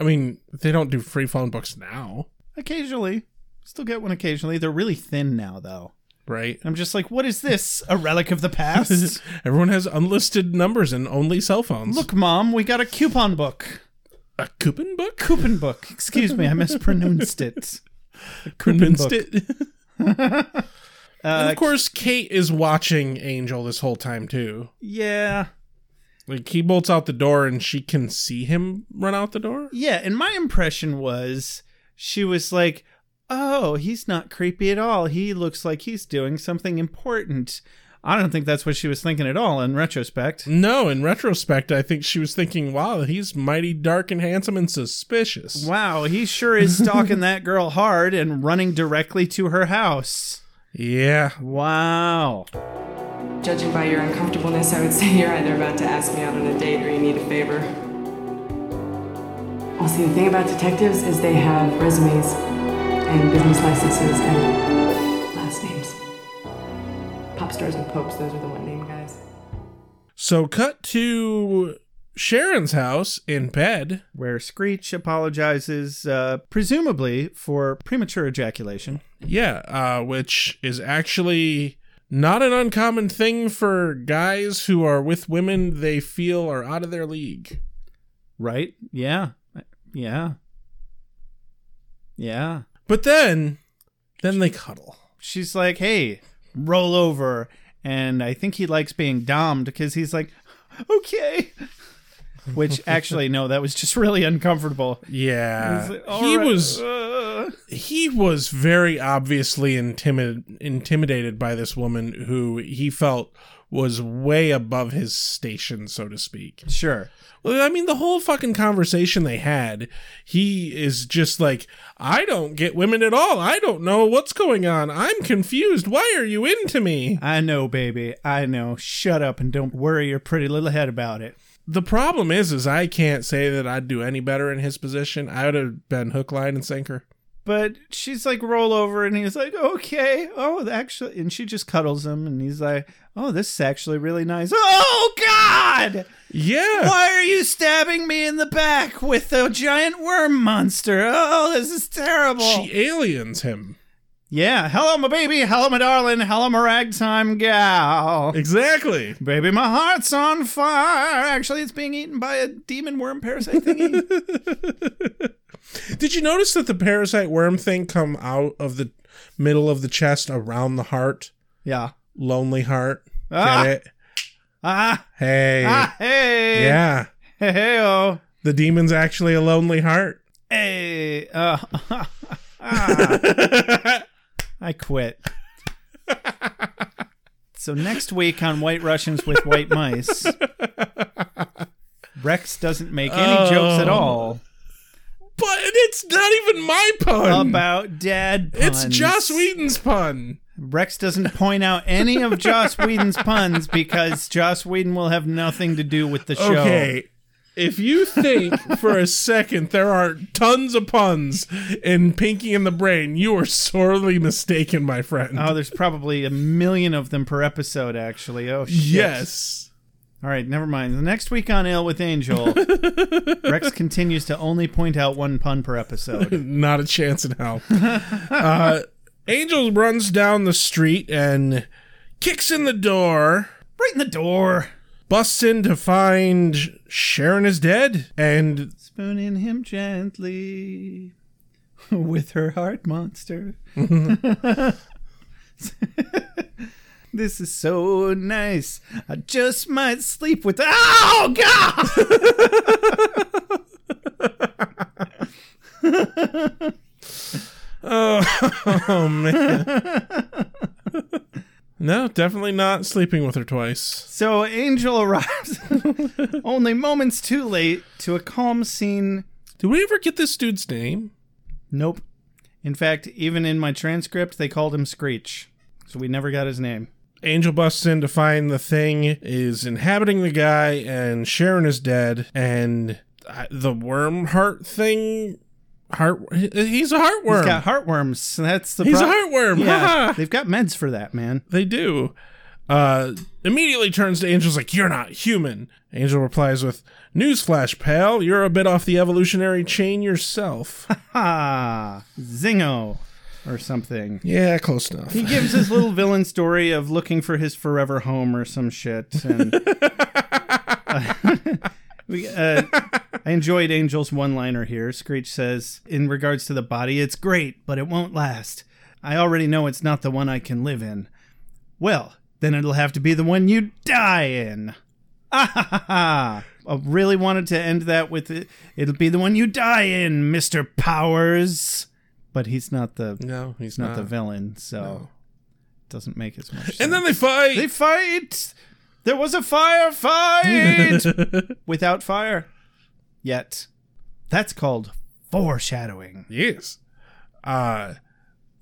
Speaker 1: I mean, they don't do free phone books now,
Speaker 8: occasionally, still get one occasionally. They're really thin now though.
Speaker 1: right?
Speaker 8: I'm just like, what is this? A relic of the past?
Speaker 1: Everyone has unlisted numbers and only cell phones.
Speaker 8: Look, mom, we got a coupon book.
Speaker 1: a coupon book.
Speaker 8: Coupon book. Excuse me, I mispronounced it.
Speaker 1: Convinced
Speaker 8: book.
Speaker 1: it. and of course, Kate is watching Angel this whole time too.
Speaker 8: Yeah.
Speaker 1: Like he bolts out the door, and she can see him run out the door.
Speaker 8: Yeah, and my impression was she was like, "Oh, he's not creepy at all. He looks like he's doing something important." I don't think that's what she was thinking at all in retrospect.
Speaker 1: No, in retrospect, I think she was thinking, "Wow, he's mighty dark and handsome and suspicious."
Speaker 8: Wow, he sure is stalking that girl hard and running directly to her house.
Speaker 1: Yeah,
Speaker 8: Wow.
Speaker 9: Judging by your uncomfortableness, I would say you're either about to ask me out on a date or you need a favor. Well, see, the thing about detectives is they have resumes and business licenses and last names. Pop stars and popes, those are the one name guys.
Speaker 1: So cut to Sharon's house in bed.
Speaker 8: Where Screech apologizes, uh, presumably for premature ejaculation.
Speaker 1: Yeah, uh, which is actually not an uncommon thing for guys who are with women they feel are out of their league.
Speaker 8: Right? Yeah. Yeah. Yeah.
Speaker 1: But then, then they cuddle.
Speaker 8: she's like, "Hey, roll over." And I think he likes being dommed because he's like, "Okay," which actually no, that was just really uncomfortable.
Speaker 1: Yeah,
Speaker 8: He's like,
Speaker 1: he
Speaker 8: "Alright,
Speaker 1: was
Speaker 8: uh."
Speaker 1: he was very obviously intimid- intimidated by this woman who he felt was way above his station, so to speak.
Speaker 8: sure.
Speaker 1: Well, I mean, the whole fucking conversation they had, he is just like, I don't get women at all. I don't know what's going on. I'm confused. Why are you into me?
Speaker 8: I know, baby. I know. Shut up and don't worry your pretty little head about it.
Speaker 1: The problem is, is I can't say that I'd do any better in his position. I would have been hook, line, and sinker.
Speaker 8: But she's like, roll over, and he's like, okay. Oh, actually, and she just cuddles him, and he's like, oh, this is actually really nice. Oh, God!
Speaker 1: Yeah.
Speaker 8: Why are you stabbing me in the back with a giant worm monster? Oh, this is terrible.
Speaker 1: She aliens him.
Speaker 8: yeah, hello, my baby. Hello, my darling. Hello, my ragtime gal.
Speaker 1: Exactly.
Speaker 8: Baby, my heart's on fire. Actually, it's being eaten by a demon worm parasite thingy.
Speaker 1: Did you notice that the parasite worm thing come out of the middle of the chest around the heart?
Speaker 8: yeah.
Speaker 1: Lonely heart.
Speaker 8: Ah.
Speaker 1: Get it?
Speaker 8: Ah,
Speaker 1: Hey.
Speaker 8: ah, hey.
Speaker 1: Yeah.
Speaker 8: Hey, hey, oh.
Speaker 1: The demon's actually a lonely heart.
Speaker 8: Hey. Uh, I quit. so next week on White Russians with White Mice, Rex doesn't make any jokes at all
Speaker 1: But it's not even my pun.
Speaker 8: about dad
Speaker 1: Oh. it's
Speaker 8: puns.
Speaker 1: Joss Whedon's pun.
Speaker 8: Rex doesn't point out any of Joss Whedon's puns because Joss Whedon will have nothing to do with the show.
Speaker 1: Okay. If you think for a second there are tons of puns in Pinky and the Brain, you are sorely mistaken, my friend.
Speaker 8: Oh, there's probably a million of them per episode, actually. Oh, shit.
Speaker 1: yes.
Speaker 8: All right, never mind. The next week on Ale with Angel, Rex continues to only point out one pun per episode.
Speaker 1: Not a chance in hell. uh, Angel runs down the street and kicks in the door.
Speaker 8: Right in the door.
Speaker 1: busts in to find Sharon is dead, and
Speaker 8: Spooning him gently with her heart monster. this is so nice. I just might sleep with. Oh, God!
Speaker 1: oh, oh man. No, definitely not sleeping with her twice.
Speaker 8: So Angel arrives only moments too late to a calm scene.
Speaker 1: Did we ever get this dude's name?
Speaker 8: Nope. In fact, even in my transcript, they called him Screech. So we never got his name.
Speaker 1: Angel busts in to find the thing is inhabiting the guy, and Sharon is dead, and uh, the worm heart thing. Heart. he- He's a heartworm.
Speaker 8: He's got heartworms. That's the
Speaker 1: He's a
Speaker 8: pro-
Speaker 1: heartworm.
Speaker 8: Yeah,
Speaker 1: haha.
Speaker 8: they've got meds for that, man.
Speaker 1: They do. Uh, immediately turns to Angel's like, You're not human. Angel replies with, Newsflash, pal. You're a bit off the evolutionary chain yourself.
Speaker 8: Ah, Zingo, or something.
Speaker 1: yeah, close enough.
Speaker 8: He gives his little villain story of looking for his forever home or some shit. And we, uh, I enjoyed Angel's one liner here. Screech says, in regards to the body, it's great, but it won't last. I already know it's not the one I can live in. Well, then it'll have to be the one you die in. Ah ha ha ha! I really wanted to end that with it. It'll be the one you die in, Mr. Powers. But he's not the
Speaker 1: No, he's
Speaker 8: He's not
Speaker 1: not.
Speaker 8: the villain, so it doesn't make as much sense.
Speaker 1: Uh, and then they fight.
Speaker 8: they fight. There was a firefight without fire yet. That's called foreshadowing.
Speaker 1: yes. Uh,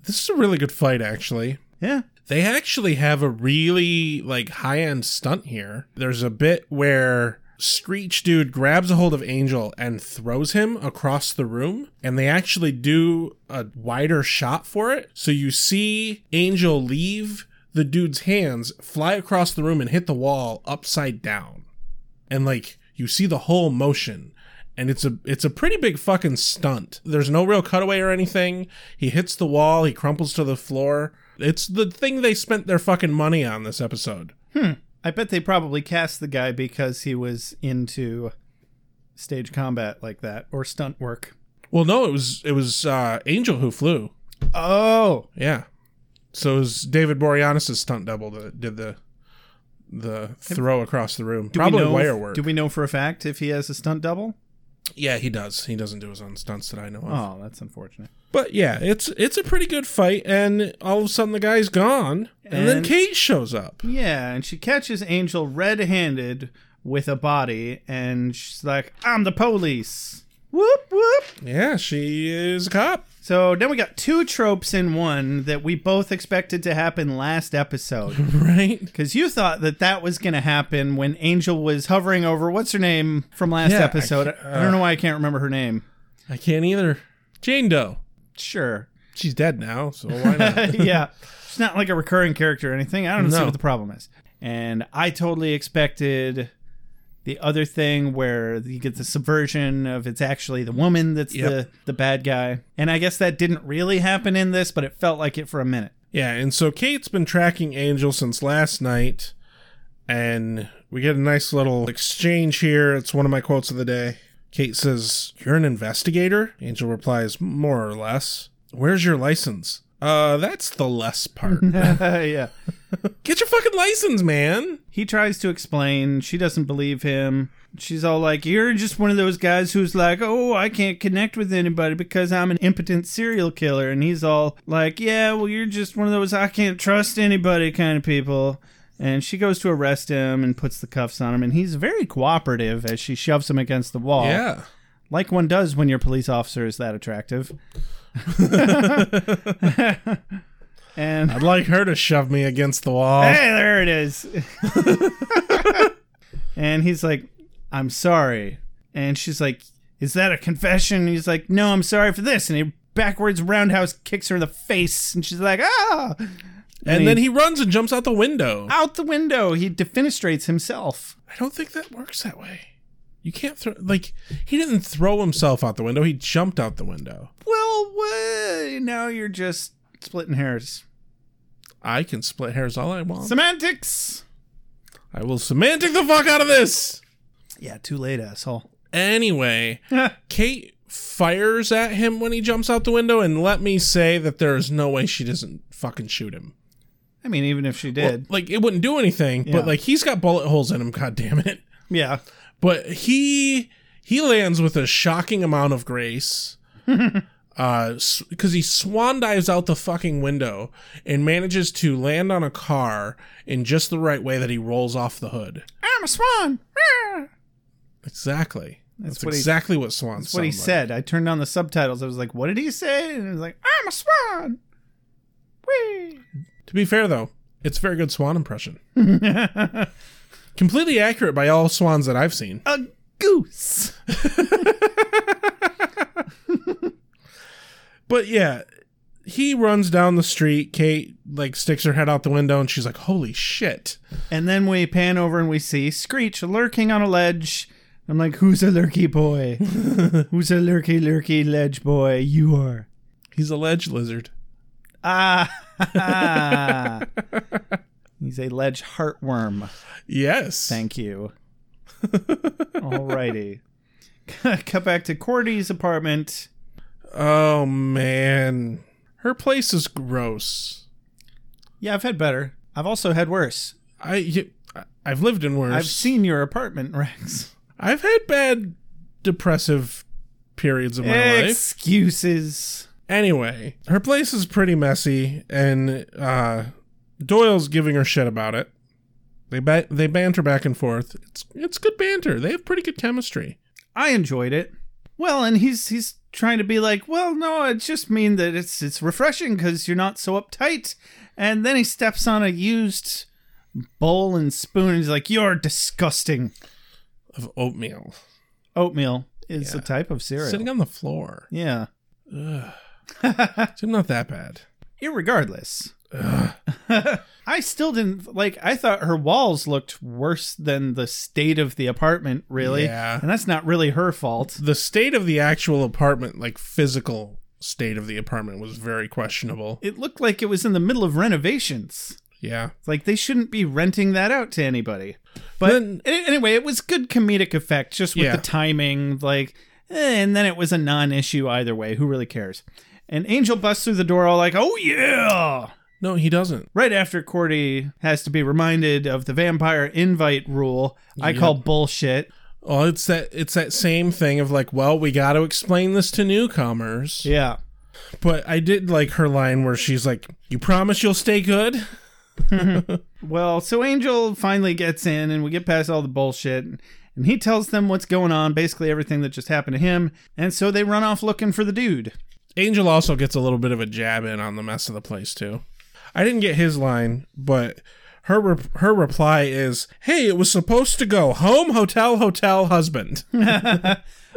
Speaker 1: this is a really good fight, actually.
Speaker 8: Yeah.
Speaker 1: They actually have a really like high end stunt here. There's a bit where Screech dude grabs a hold of Angel and throws him across the room, and they actually do a wider shot for it. So you see Angel leave the dude's hands, fly across the room, and hit the wall upside down, and like you see the whole motion. And it's a it's a pretty big fucking stunt. There's no real cutaway or anything. He hits the wall, he crumples to the floor. It's the thing they spent their fucking money on this episode.
Speaker 8: I bet they probably cast the guy because he was into stage combat like that or stunt work.
Speaker 1: Well, no, it was it was uh, Angel who flew.
Speaker 8: Oh,
Speaker 1: Yeah, so it was David Boreanaz's stunt double that did the the throw across the room.
Speaker 8: do
Speaker 1: Probably
Speaker 8: we know,
Speaker 1: wire work.
Speaker 8: Do we know for a fact if he has a stunt double?
Speaker 1: yeah, he does. He doesn't do his own stunts that I know of.
Speaker 8: Oh, that's unfortunate.
Speaker 1: But yeah, it's it's a pretty good fight, and all of a sudden the guy's gone, and, then
Speaker 8: And-
Speaker 1: Kate shows up.
Speaker 8: Yeah, and she catches Angel red-handed with a body, and she's like, "I'm the police." Whoop whoop.
Speaker 1: Yeah, she is a cop.
Speaker 8: So then we got two tropes in one that we both expected to happen last episode,
Speaker 1: Right?
Speaker 8: because you thought that that was going to happen when Angel was hovering over what's her name from last
Speaker 1: Yeah, I
Speaker 8: episode.
Speaker 1: can't-
Speaker 8: I uh, don't know why I can't remember her name.
Speaker 1: I can't either. Jane Doe.
Speaker 8: Sure.
Speaker 1: She's dead now, so why not?
Speaker 8: yeah. It's not like a recurring character or anything. I don't see
Speaker 1: No.
Speaker 8: what the problem is. And I totally expected the other thing where you get the subversion of it's actually the woman that's
Speaker 1: Yep.
Speaker 8: the, the bad guy. And I guess that didn't really happen in this, but it felt like it for a minute.
Speaker 1: Yeah, and so Kate's been tracking Angel since last night, and we get a nice little exchange here. It's one of my quotes of the day. Kate says, You're an investigator? Angel replies, More or less. Where's your license? Uh, that's the less part.
Speaker 8: yeah.
Speaker 1: get your fucking license, man!
Speaker 8: He tries to explain. She doesn't believe him. She's all like, You're just one of those guys who's like, Oh, I can't connect with anybody because I'm an impotent serial killer. And he's all like, Yeah, well, you're just one of those I can't trust anybody kind of people. And she goes to arrest him and puts the cuffs on him. And he's very cooperative as she shoves him against the wall.
Speaker 1: Yeah.
Speaker 8: Like one does when your police officer is that attractive. and
Speaker 1: I'd like her to shove me against the wall.
Speaker 8: Hey, there it is. and he's like, I'm sorry. And she's like, Is that a confession? And he's like, No, I'm sorry for this. And he backwards roundhouse kicks her in the face. And she's like, Ah!
Speaker 1: and then he runs and jumps out the window.
Speaker 8: out the window. He defenestrates himself.
Speaker 1: I don't think that works that way. You can't throw, like, he didn't throw himself out the window, he jumped out the window.
Speaker 8: Well, what? now you're just splitting hairs.
Speaker 1: I can split hairs all I want.
Speaker 8: Semantics.
Speaker 1: I will semantic the fuck out of this.
Speaker 8: Yeah, too late, asshole.
Speaker 1: Anyway, Kate fires at him when he jumps out the window, and let me say that there is no way she doesn't fucking shoot him.
Speaker 8: I mean, even if she did.
Speaker 1: Like it wouldn't do anything,
Speaker 8: Yeah.
Speaker 1: but like he's got bullet holes in him. God damn it!
Speaker 8: yeah.
Speaker 1: But he he lands with a shocking amount of grace. because he swan dives out the fucking window and manages to land on a car in just the right way that he rolls off the hood.
Speaker 8: I'm a swan. Ah.
Speaker 1: Exactly. That's,
Speaker 8: what he-
Speaker 1: exactly what Swan
Speaker 8: That's what he
Speaker 1: sound like.
Speaker 8: said. I turned on the subtitles. I was like, what did he say? And he was like, I'm a swan. Whee.
Speaker 1: To be fair, though, it's a very good Swan impression. Completely accurate by all Swans that I've seen.
Speaker 8: A goose.
Speaker 1: But yeah, he runs down the street. Kate like sticks her head out the window, and she's like, "Holy shit!"
Speaker 8: And then we pan over and we see Screech lurking on a ledge. I'm like, who's a lurky boy? who's a lurky, lurky ledge boy? You are.
Speaker 1: He's a ledge lizard.
Speaker 8: Ah. He's a ledge heartworm.
Speaker 1: Yes.
Speaker 8: Thank you. Alrighty. Cut back to Cordy's apartment.
Speaker 1: oh man, her place is gross.
Speaker 8: Yeah, I've had better. I've also had worse.
Speaker 1: I you, I- I've lived in worse.
Speaker 8: I've seen your apartment, Rex.
Speaker 1: I've had bad depressive periods of my life.
Speaker 8: Excuses.
Speaker 1: Anyway, her place is pretty messy, and uh, Doyle's giving her shit about it. They ba- they banter back and forth. It's it's good banter. They have pretty good chemistry.
Speaker 8: I enjoyed it. Well, and he's he's trying to be like, well, no, I just mean that it's it's refreshing because you're not so uptight. And then he steps on a used bowl and spoon. And he's like, you're disgusting.
Speaker 1: Of oatmeal
Speaker 8: Oatmeal is a type of cereal.
Speaker 1: sitting on the floor.
Speaker 8: yeah.
Speaker 1: It's not that bad.
Speaker 8: Irregardless. I still didn't like. I thought her walls looked worse than the state of the apartment, really.
Speaker 1: Yeah.
Speaker 8: And that's not really her fault.
Speaker 1: The state of the actual apartment, like physical state of the apartment, was very questionable.
Speaker 8: It looked like it was in the middle of renovations.
Speaker 1: Yeah.
Speaker 8: It's like they shouldn't be renting that out to anybody. But
Speaker 1: Then-
Speaker 8: a- anyway, it was good comedic effect just with
Speaker 1: Yeah.
Speaker 8: the timing, like, eh, and then it was a non-issue either way. Who really cares? And Angel busts through the door, all like, "Oh yeah!"
Speaker 1: No, he doesn't.
Speaker 8: Right after Cordy has to be reminded of the vampire invite rule, I call bullshit.
Speaker 1: Oh, it's that it's that same thing of like, well, we got to explain this to newcomers.
Speaker 8: Yeah,
Speaker 1: But I did like her line where she's like, "You promise you'll stay good."
Speaker 8: Well, so Angel finally gets in, and we get past all the bullshit, and he tells them what's going on, basically everything that just happened to him, and so they run off looking for the dude.
Speaker 1: Angel also gets a little bit of a jab in on the mess of the place too. I didn't get his line, but her re- her reply is, "Hey, it was supposed to go home, hotel, hotel, husband."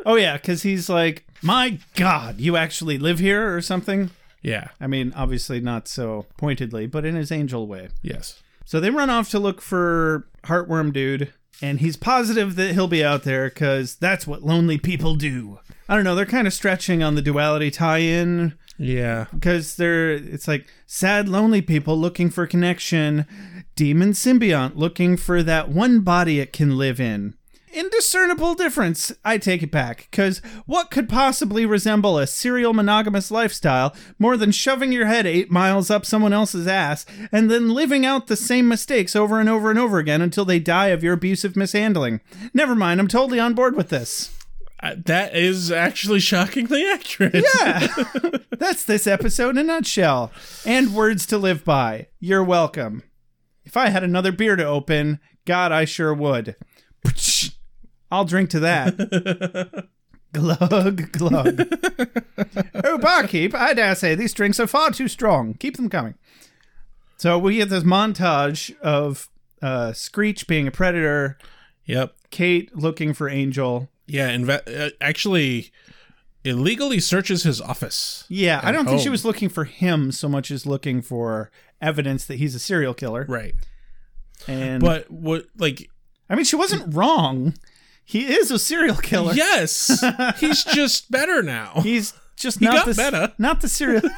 Speaker 8: Oh yeah, because he's like, "My God, you actually live here or something."
Speaker 1: yeah.
Speaker 8: I mean, obviously not so pointedly, but in his angel way.
Speaker 1: Yes.
Speaker 8: So they run off to look for Heartworm Dude, and he's positive that he'll be out there because that's what lonely people do. I don't know, they're kind of stretching on the duality tie in
Speaker 1: Yeah.
Speaker 8: because they're it's like sad lonely people looking for connection demon symbiont looking for that one body it can live in indiscernible difference i take it back because what could possibly resemble a serial monogamous lifestyle more than shoving your head eight miles up someone else's ass and then living out the same mistakes over and over and over again until they die of your abusive mishandling never mind i'm totally on board with this
Speaker 1: I, that is actually shockingly accurate.
Speaker 8: yeah. That's this episode in a nutshell. And words to live by. You're welcome. If I had another beer to open, God, I sure would. I'll drink to that. glug, glug. oh, barkeep, I dare say these drinks are far too strong. Keep them coming. So we get this montage of uh, Screech being a predator,
Speaker 1: Yep.
Speaker 8: Kate looking for Angel.
Speaker 1: Yeah, inve- uh, actually illegally searches his office.
Speaker 8: Yeah, I
Speaker 1: and
Speaker 8: don't think she
Speaker 1: home.
Speaker 8: was looking for him so much as looking for evidence that he's a serial killer.
Speaker 1: Right.
Speaker 8: And but
Speaker 1: But what like
Speaker 8: I mean, she wasn't wrong. He is a serial killer.
Speaker 1: yes, he's just better now.
Speaker 8: he's just not
Speaker 1: got
Speaker 8: the
Speaker 1: better.
Speaker 8: not the serial.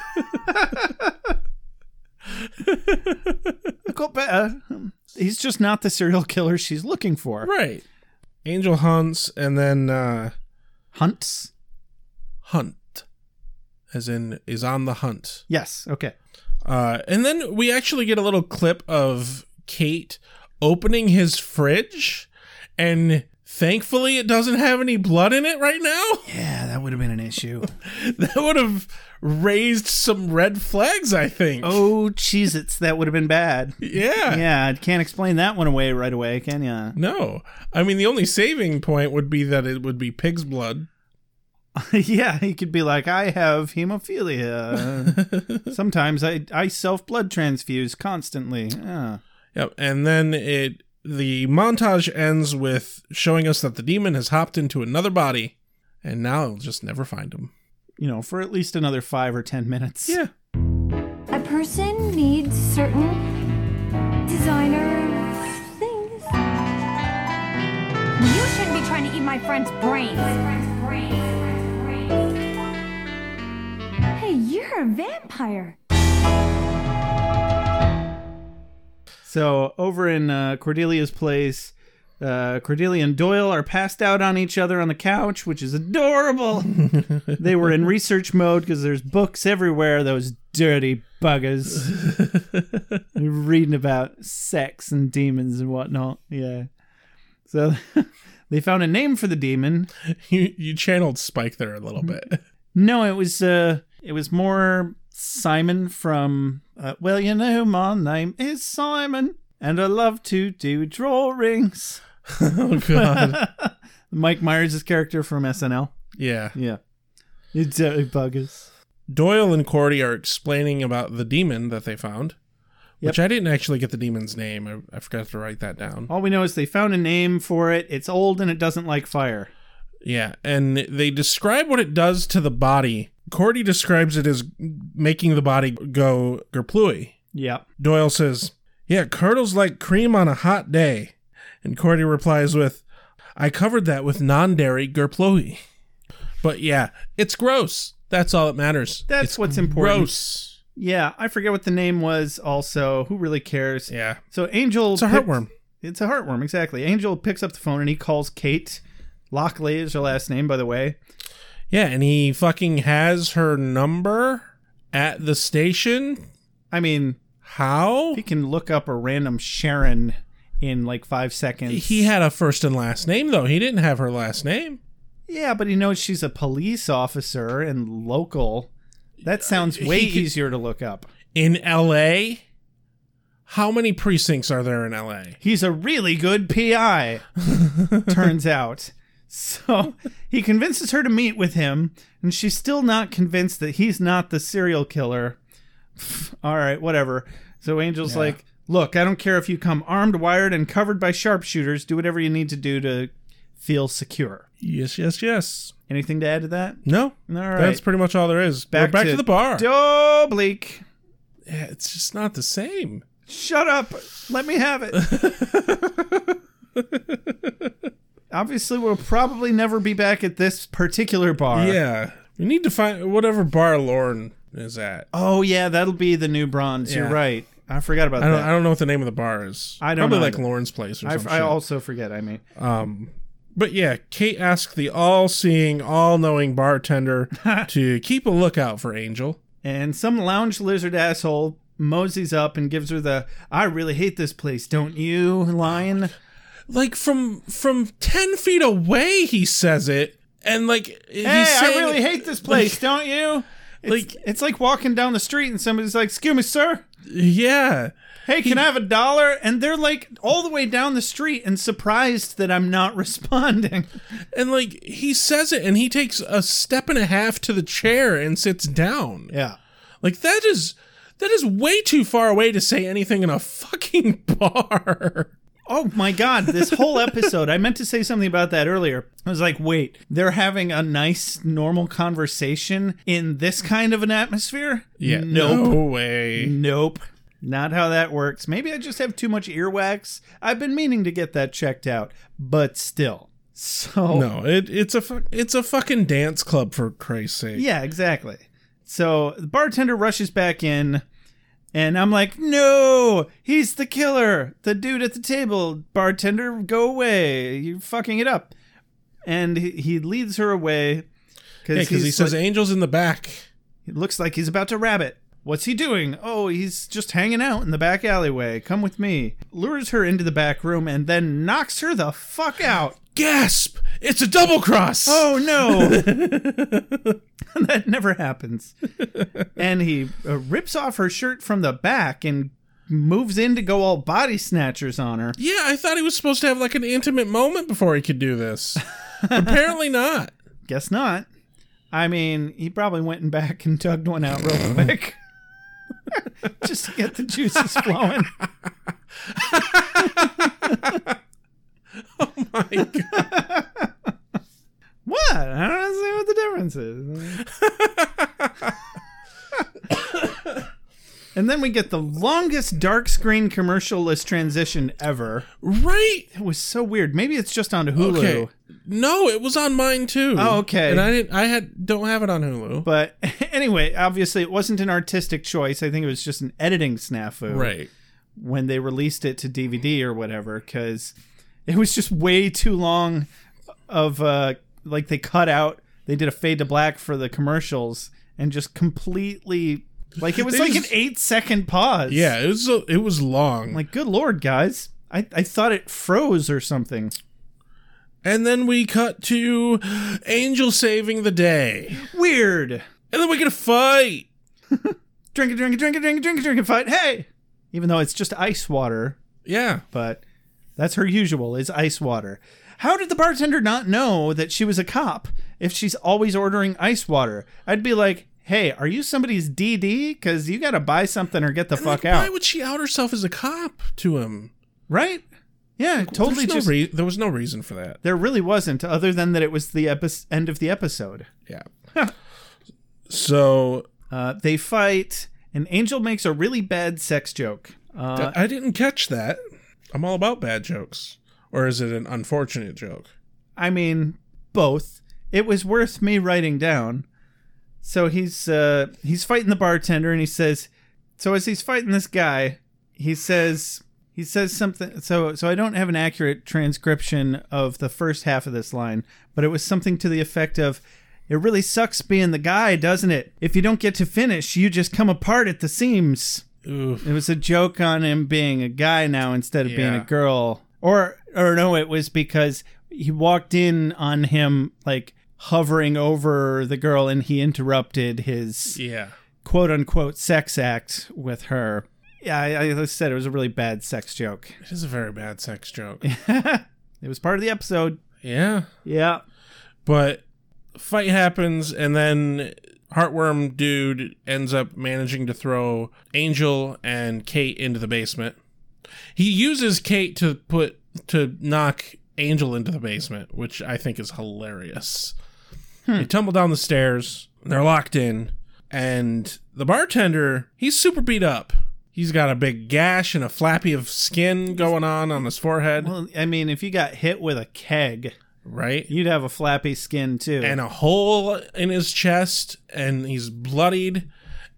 Speaker 8: I got better. He's just not the serial killer she's looking for.
Speaker 1: Right. Angel hunts and then uh
Speaker 8: Hunts.
Speaker 1: hunt as in is on the hunt.
Speaker 8: Yes. Okay.
Speaker 1: Uh and then we actually get a little clip of Kate opening his fridge and Thankfully, it doesn't have any blood in it right now.
Speaker 8: Yeah, that would have been an issue.
Speaker 1: That would have raised some red flags, I think.
Speaker 8: oh, Cheez Its, that would have been bad.
Speaker 1: yeah.
Speaker 8: Yeah, I can't explain that one away right away, can ya?
Speaker 1: No. I mean, the only saving point would be that it would be pig's blood.
Speaker 8: yeah, he could be like, I have hemophilia. Sometimes I, I self blood transfuse constantly. Yeah.
Speaker 1: Yep. And then it the montage ends with showing us that the demon has hopped into another body and now it'll just never find him.
Speaker 8: You know, for at least another five or ten minutes.
Speaker 1: Yeah.
Speaker 2: A person needs certain designer things. You shouldn't be trying to eat my friend's brains. Hey, you're a vampire.
Speaker 8: So over in uh, Cordelia's place, uh, Cordelia and Doyle are passed out on each other on the couch, which is adorable. they were in research mode because there's books everywhere. Those dirty buggers They're reading about sex and demons and whatnot. Yeah. So they found a name for the demon.
Speaker 1: You you channeled Spike there a little bit.
Speaker 8: No, it was uh, it was more Simon from. Uh, well, you know, my name is Simon, and I love to do drawings.
Speaker 1: oh god.
Speaker 8: Mike Myers' character from SNL.
Speaker 1: Yeah.
Speaker 8: Yeah, it's uh, buggers.
Speaker 1: Doyle and Cordy are explaining about the demon that they found. Which
Speaker 8: Yep.
Speaker 1: I didn't actually get the demon's name. I, I forgot to write that down.
Speaker 8: All we know is they found a name for it. It's old and it doesn't like fire.
Speaker 1: Yeah, and they describe what it does to the body. Cordy describes it as making the body go gerplooey.
Speaker 8: Yeah,
Speaker 1: Doyle says, Yeah, it curdles like cream on a hot day. And Cordy replies with, I covered that with non dairy gerplooey. But yeah, it's gross. That's all that matters.
Speaker 8: That's
Speaker 1: It's
Speaker 8: what's important.
Speaker 1: Gross.
Speaker 8: yeah. I forget what the name was. Also, who really cares?
Speaker 1: Yeah.
Speaker 8: So Angel.
Speaker 1: It's a
Speaker 8: picked-
Speaker 1: heartworm.
Speaker 8: It's a heartworm, exactly. Angel picks up the phone and he calls Kate. Lockley is her last name, by the way.
Speaker 1: Yeah, and he fucking has her number at the station.
Speaker 8: I mean,
Speaker 1: How?
Speaker 8: he can look up a random Sharon in like five seconds.
Speaker 1: He had a first and last name, though. He didn't have her last name.
Speaker 8: yeah, but he knows she's a police officer and local. That sounds way
Speaker 1: Uh, he could-
Speaker 8: easier to look up.
Speaker 1: in LA? How many precincts are there in LA?
Speaker 8: He's a really good PI, turns out. So he convinces her to meet with him, and she's still not convinced that he's not the serial killer. All right, whatever. So Angel's like, Look, I don't care if you come armed, wired, and covered by sharpshooters. Do whatever you need to do to feel secure.
Speaker 1: Yes, yes, yes.
Speaker 8: Anything to add to that?
Speaker 1: No.
Speaker 8: All right.
Speaker 1: That's pretty much all there is. Back, We're back to, the bar.
Speaker 8: Do bleak.
Speaker 1: Yeah, it's just not the same.
Speaker 8: Shut up. Let me have it. Obviously, we'll probably never be back at this particular bar.
Speaker 1: Yeah. We need to find whatever bar Lauren is at.
Speaker 8: Oh, yeah, that'll be the new bronze. You're
Speaker 1: Yeah.
Speaker 8: right. I forgot about
Speaker 1: I don't, I
Speaker 8: that.
Speaker 1: don't know what the name of the bar is.
Speaker 8: I don't
Speaker 1: Probably
Speaker 8: know
Speaker 1: like
Speaker 8: either.
Speaker 1: Lauren's place or
Speaker 8: I,
Speaker 1: something.
Speaker 8: I also forget. I mean,
Speaker 1: um, but yeah, Kate asked the all-seeing, all-knowing bartender to keep a lookout for Angel.
Speaker 8: and some lounge lizard asshole moseys up and gives her the "I really hate this place, don't you?" line.
Speaker 1: like from from 10 feet away he says it and like he's
Speaker 8: Hey, I
Speaker 1: saying-
Speaker 8: really hate this place, don't you? It's,
Speaker 1: like-
Speaker 8: it's like walking down the street and somebody's like, "Excuse me, sir."
Speaker 1: yeah
Speaker 8: hey, can I have a dollar? And they're like all the way down the street and surprised that I'm not responding.
Speaker 1: and like he says it and he takes a step and a half to the chair and sits down
Speaker 8: Yeah.
Speaker 1: like that is that is way too far away to say anything in a fucking bar
Speaker 8: Oh my God, this whole episode. I meant to say something about that earlier. I was like, wait, they're having a nice, normal conversation in this kind of an atmosphere?
Speaker 1: yeah
Speaker 8: Nope.
Speaker 1: no way
Speaker 8: Nope. Not how that works. Maybe I just have too much earwax. I've been meaning to get that checked out, but still. So.
Speaker 1: no it, it's a fu- it's a fucking dance club for christ's sake
Speaker 8: Yeah, exactly. So the bartender rushes back in, and I'm like, no, he's the killer. The dude at the table. Bartender, go away. You're fucking it up. And he, he leads her away
Speaker 1: because he says angels in the back
Speaker 8: it looks like he's about to rabbit. What's he doing? Oh, he's just hanging out in the back alleyway. Come with me. Lures her into the back room and then knocks her the fuck out.
Speaker 1: Gasp! It's a double cross.
Speaker 8: Oh no! that never happens. And he uh, rips off her shirt from the back and moves in to go all body snatchers on her.
Speaker 1: yeah. I thought he was supposed to have like an intimate moment before he could do this. Apparently not.
Speaker 8: Guess not. I mean, he probably went and back and tugged one out real quick. Just to get the juices flowing.
Speaker 1: Oh My God.
Speaker 8: What? I don't see what the difference is. and then we get the longest dark screen commercialless transition ever.
Speaker 1: Right.
Speaker 8: It was so weird. Maybe it's just on Hulu.
Speaker 1: Okay. No, it was on mine too.
Speaker 8: Oh, okay.
Speaker 1: And I didn't. I had don't have it on Hulu.
Speaker 8: But anyway, obviously it wasn't an artistic choice. I think it was just an editing snafu.
Speaker 1: right.
Speaker 8: when they released it to DVD or whatever because it was just way too long of uh like they cut out they did a fade to black for the commercials and just completely like it was
Speaker 1: They
Speaker 8: like
Speaker 1: just-
Speaker 8: an eight second pause
Speaker 1: Yeah. It was. A, it was long.
Speaker 8: like good lord guys I, I thought it froze or something
Speaker 1: and then we cut to Angel saving the day,
Speaker 8: weird
Speaker 1: and then we get a fight.
Speaker 8: drink it drink it drink it drink it drink it drink it fight hey even though it's just ice water
Speaker 1: Yeah.
Speaker 8: but that's her usual is ice water. How did the bartender not know that she was a cop if she's always ordering ice water? I'd be like, "Hey, are you somebody's DD? Cuz you got to buy something or get the
Speaker 1: Like,
Speaker 8: fuck
Speaker 1: Why
Speaker 8: out."
Speaker 1: would she out herself as a cop to him?
Speaker 8: right? Yeah, totally
Speaker 1: There's no
Speaker 8: just
Speaker 1: rea- there was no reason for that.
Speaker 8: there really wasn't other than that it was the epi- end of the episode.
Speaker 1: Yeah. so
Speaker 8: Uh, they fight and Angel makes a really bad sex joke. Um, Uh,
Speaker 1: th- I didn't catch that. I'm all about bad jokes, or is it an unfortunate joke?
Speaker 8: I mean, both. It was worth me writing down. So he's uh he's fighting the bartender and he says so as he's fighting this guy, he says he says something so so I don't have an accurate transcription of the first half of this line, but it was something to the effect of it really sucks being the guy, doesn't it? If you don't get to finish, you just come apart at the seams. It was a joke on him being a guy now instead of being
Speaker 1: Yeah.
Speaker 8: a girl. Or or no, it was because he walked in on him like hovering over the girl and he interrupted his
Speaker 1: Yeah.
Speaker 8: quote unquote sex act with her. Yeah, I, I said it was a really bad sex joke.
Speaker 1: It is a very bad sex joke.
Speaker 8: It was part of the episode.
Speaker 1: yeah.
Speaker 8: Yeah.
Speaker 1: But fight happens, and then Heartworm dude ends up managing to throw Angel and Kate into the basement. He uses Kate to put to knock Angel into the basement, which I think is hilarious. They tumble down the stairs. They're locked in, and the bartender he's super beat up. He's got a big gash and a flappy of skin going on on his forehead,
Speaker 8: Well, I mean, if you got hit with a keg,
Speaker 1: right?
Speaker 8: you'd have a flappy skin too.
Speaker 1: and a hole in his chest and he's bloodied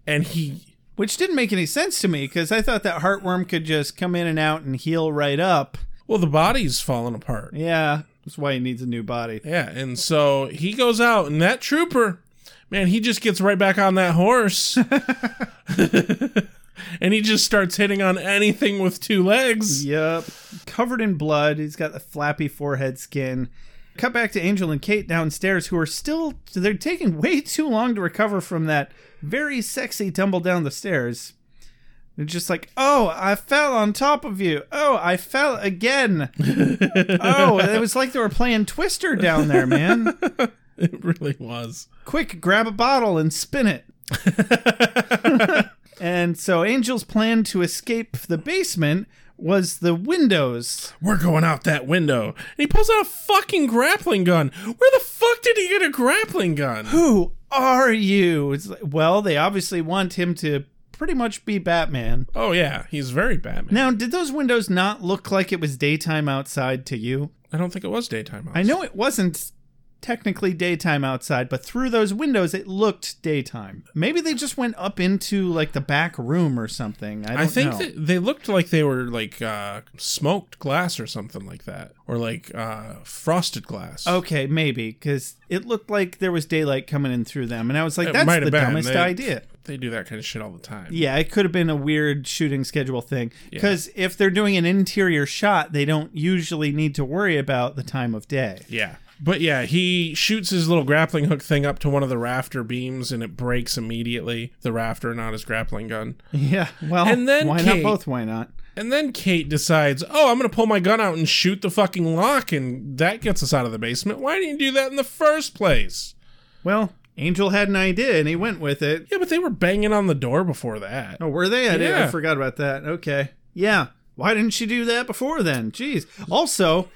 Speaker 1: and he
Speaker 8: Which didn't make any sense to me because I thought that heartworm could just come in and out and heal right up.
Speaker 1: well the body's falling apart
Speaker 8: Yeah, that's why he needs a new body.
Speaker 1: yeah and so he goes out and that trooper man he just gets right back on that horse and he just starts hitting on anything with two legs
Speaker 8: Yep. Covered in blood. He's got the flappy forehead skin. Cut back to Angel and Kate downstairs, who are still, they're taking way too long to recover from that very sexy tumble down the stairs. They're just like, oh, I fell on top of you. Oh, I fell again. oh, it was like they were playing Twister down there, man.
Speaker 1: it really was
Speaker 8: quick, grab a bottle and spin it. and so Angel's plan to escape the basement was the windows.
Speaker 1: we're going out that window and he pulls out a fucking grappling gun where the fuck did he get a grappling gun
Speaker 8: Who are you? It's like, well, they obviously want him to pretty much be Batman.
Speaker 1: oh yeah he's very batman
Speaker 8: Now, did those windows not look like it was daytime outside to you?
Speaker 1: i don't think it was daytime
Speaker 8: I know it wasn't technically daytime outside, but through those windows it looked daytime. Maybe they just went up into like the back room or something. I, don't
Speaker 1: I think
Speaker 8: know.
Speaker 1: that they looked like they were like uh, smoked glass or something like that, or like uh, frosted glass.
Speaker 8: Okay, maybe because it looked like there was daylight coming in through them, and I was like,
Speaker 1: It
Speaker 8: "That's
Speaker 1: might
Speaker 8: the
Speaker 1: have been.
Speaker 8: dumbest
Speaker 1: They-
Speaker 8: idea."
Speaker 1: they do that kind of shit all the time.
Speaker 8: Yeah, it could have been a weird shooting schedule thing. Because if they're doing an interior shot, they don't usually need to worry about the time of day.
Speaker 1: Yeah. But yeah, he shoots his little grappling hook thing up to one of the rafter beams and it breaks immediately. The rafter, not his grappling gun.
Speaker 8: Yeah. Well,
Speaker 1: And then
Speaker 8: why
Speaker 1: Kate-
Speaker 8: not both? Why not?
Speaker 1: And then Kate decides, oh, I'm going to pull my gun out and shoot the fucking lock, and that gets us out of the basement. Why didn't you do that in the first place?
Speaker 8: Well, Angel had an idea and he went with it.
Speaker 1: Yeah, but they were banging on the door before that.
Speaker 8: Oh, were they? I, did I
Speaker 1: Yeah.
Speaker 8: forgot about that. Okay. Yeah. Why didn't she do that before then? Jeez. Also,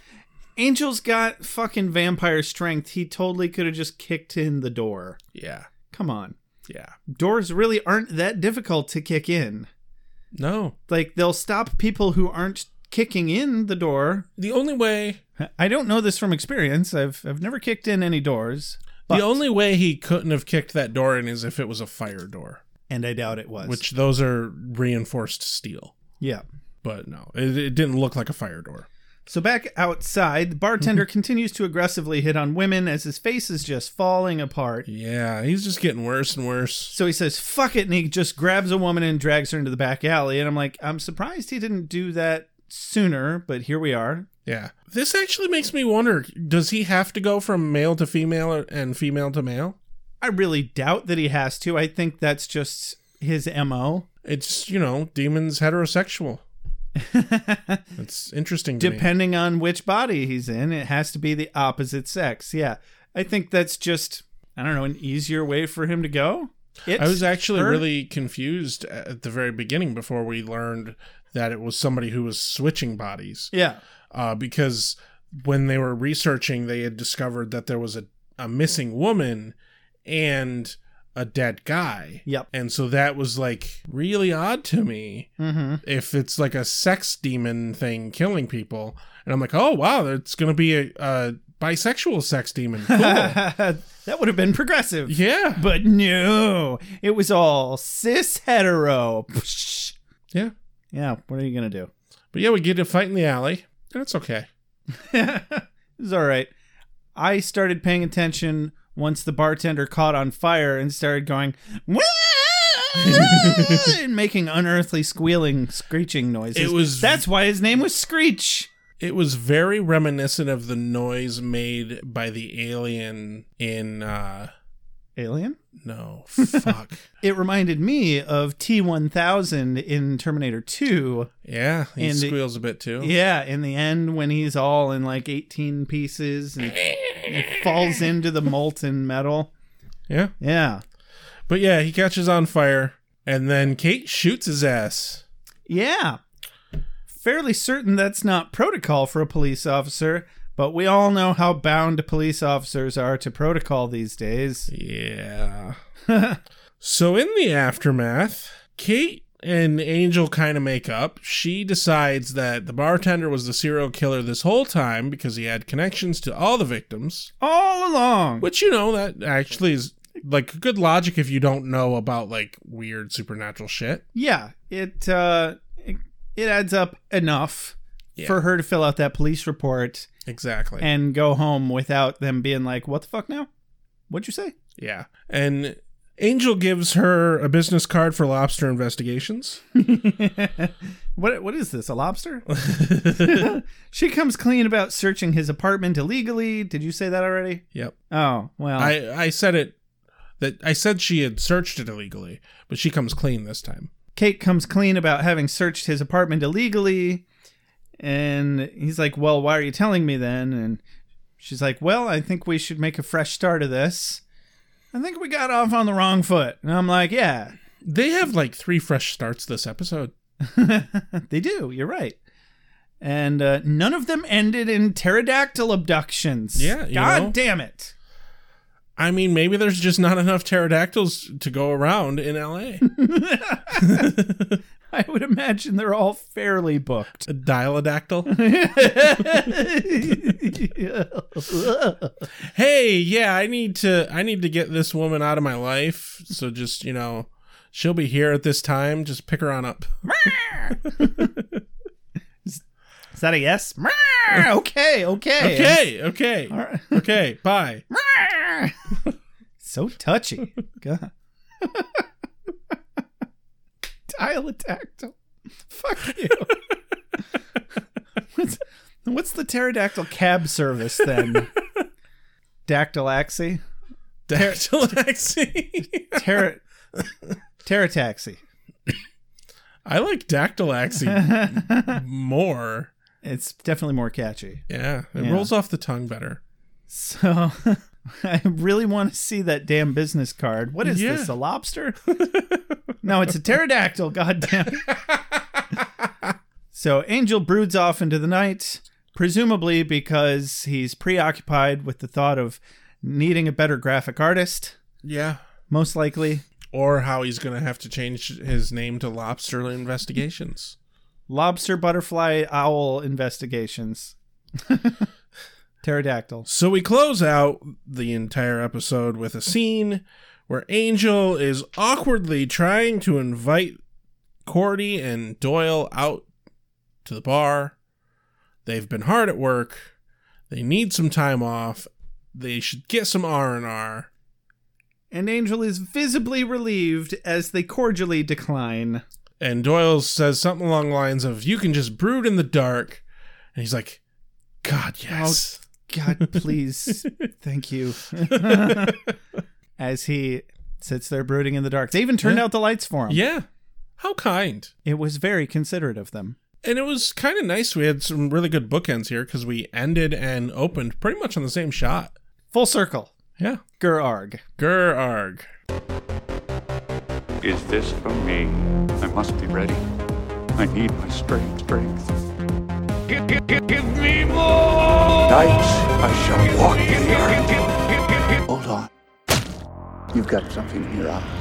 Speaker 8: Angel's got fucking vampire strength. He totally could have just kicked in the door.
Speaker 1: Yeah,
Speaker 8: Come on.
Speaker 1: yeah.
Speaker 8: Doors really aren't that difficult to kick in.
Speaker 1: No.
Speaker 8: Like, they'll stop people who aren't kicking in the door.
Speaker 1: The only way.
Speaker 8: I don't know this from experience. I've, I've never kicked in any doors, But-
Speaker 1: The only way he couldn't have kicked that door in is if it was a fire door,
Speaker 8: and I doubt it was.
Speaker 1: which those are reinforced steel.
Speaker 8: yeah.
Speaker 1: But no, it, it didn't look like a fire door.
Speaker 8: So back outside, the bartender continues to aggressively hit on women as his face is just falling apart.
Speaker 1: Yeah, he's just getting worse and worse.
Speaker 8: So he says, fuck it. And he just grabs a woman and drags her into the back alley. And I'm like, I'm surprised he didn't do that sooner, but here we are.
Speaker 1: Yeah. This actually makes me wonder does he have to go from male to female and female to male?
Speaker 8: I really doubt that he has to. I think that's just his MO.
Speaker 1: It's, you know, demons heterosexual. It's interesting to me.
Speaker 8: Depending on which body he's in, it has to be the opposite sex. Yeah. I think that's just, I don't know, an easier way for him to go. It,
Speaker 1: I was actually
Speaker 8: her-
Speaker 1: really confused at the very beginning before we learned that it was somebody who was switching bodies.
Speaker 8: Yeah.
Speaker 1: uh, because when they were researching, they had discovered that there was a, a missing woman and a dead guy.
Speaker 8: Yep.
Speaker 1: And so that was like really odd to me. Mm-hmm. If it's like a sex demon thing killing people, and I'm like, oh, wow, it's going to be a, a bisexual sex demon. Cool.
Speaker 8: that would have been progressive.
Speaker 1: yeah.
Speaker 8: But no, it was all cis hetero.
Speaker 1: Yeah.
Speaker 8: Yeah, what are you gonna do?
Speaker 1: But yeah, we get a fight in the alley, and it's okay.
Speaker 8: It's all right. I started paying attention once the bartender caught on fire and started going "Wah!" and making unearthly squealing, screeching noises.
Speaker 1: It was-
Speaker 8: that's why his name was Screech.
Speaker 1: It was very reminiscent of the noise made by the alien in uh
Speaker 8: Alien.
Speaker 1: No, fuck.
Speaker 8: It reminded me of T one thousand in Terminator two.
Speaker 1: yeah, he
Speaker 8: And the-
Speaker 1: squeals a bit too.
Speaker 8: Yeah, in the end when he's all in like 18 pieces and he falls into the molten metal.
Speaker 1: Yeah.
Speaker 8: Yeah.
Speaker 1: But yeah, he catches on fire and then Kate shoots his ass.
Speaker 8: Yeah. Fairly certain that's not protocol for a police officer, but we all know how bound police officers are to protocol these days.
Speaker 1: Yeah. so in the aftermath, Kate and Angel kind of make up. She decides that the bartender was the serial killer this whole time because he had connections to all the victims.
Speaker 8: All along.
Speaker 1: Which you know that actually is like good logic if you don't know about like weird supernatural shit.
Speaker 8: Yeah, it uh it, it adds up enough for her to fill out that police report
Speaker 1: Exactly.
Speaker 8: and go home without them being like, "What the fuck now? What'd you say?"
Speaker 1: yeah. And Angel gives her a business card for lobster investigations.
Speaker 8: What what is this? A lobster? she comes clean about searching his apartment illegally. Did you say that already?
Speaker 1: Yep.
Speaker 8: Oh well.
Speaker 1: I I said it that I said she had searched it illegally, but she comes clean this time.
Speaker 8: Kate comes clean about having searched his apartment illegally, and he's like, "Well, why are you telling me then?" And she's like, "Well, I think we should make a fresh start of this. I think we got off on the wrong foot." And I'm like, "Yeah,
Speaker 1: They have like three fresh starts this episode.
Speaker 8: they do. You're right." And uh, none of them ended in pterodactyl abductions.
Speaker 1: Yeah, you
Speaker 8: God
Speaker 1: know.
Speaker 8: damn it.
Speaker 1: I mean, maybe there's just not enough pterodactyls to go around in LA.
Speaker 8: I would imagine they're all fairly booked.
Speaker 1: A dialodactyl. hey yeah i need to i need to get this woman out of my life so just you know she'll be here at this time just pick her on up
Speaker 8: Is that a yes? okay, okay.
Speaker 1: okay okay okay bye
Speaker 8: so touchy. God. pterodactyl. Fuck you. what's, what's the pterodactyl cab service then? Dactylaxy?
Speaker 1: Dactylaxy.
Speaker 8: Pter- pterotaxi.
Speaker 1: I like dactylaxy more.
Speaker 8: It's definitely more catchy.
Speaker 1: Yeah, it
Speaker 8: Yeah.
Speaker 1: rolls off the tongue better.
Speaker 8: So I really want to see that damn business card. What is
Speaker 1: Yeah.
Speaker 8: this? A lobster? no, it's a pterodactyl, goddamn. so Angel broods off into the night, presumably because he's preoccupied with the thought of needing a better graphic artist,
Speaker 1: Yeah.
Speaker 8: most likely.
Speaker 1: Or how he's going to have to change his name to Lobster Investigations.
Speaker 8: Lobster, butterfly, owl investigations. pterodactyl.
Speaker 1: So we close out the entire episode with a scene where Angel is awkwardly trying to invite Cordy and Doyle out to the bar. They've been hard at work. They need some time off. They should get some R&R.
Speaker 8: And Angel is visibly relieved as they cordially decline.
Speaker 1: And Doyle says something along the lines of, You can just brood in the dark. And he's like, God, yes.
Speaker 8: God, please, thank you. As he sits there brooding in the dark, they even turned out the lights for him.
Speaker 1: Yeah. How kind.
Speaker 8: It was very considerate of them.
Speaker 1: And it was kind of nice. We had some really good bookends here because we ended and opened pretty much on the same shot.
Speaker 8: Full circle.
Speaker 1: Yeah.
Speaker 8: Gerarg.
Speaker 1: Grr arg.
Speaker 4: Is this for me? I must be ready. I need my strength. strength. Give, give, give, give me more!
Speaker 6: Nights I shall walk in the earth.
Speaker 3: Hold on. You've got something in your eye.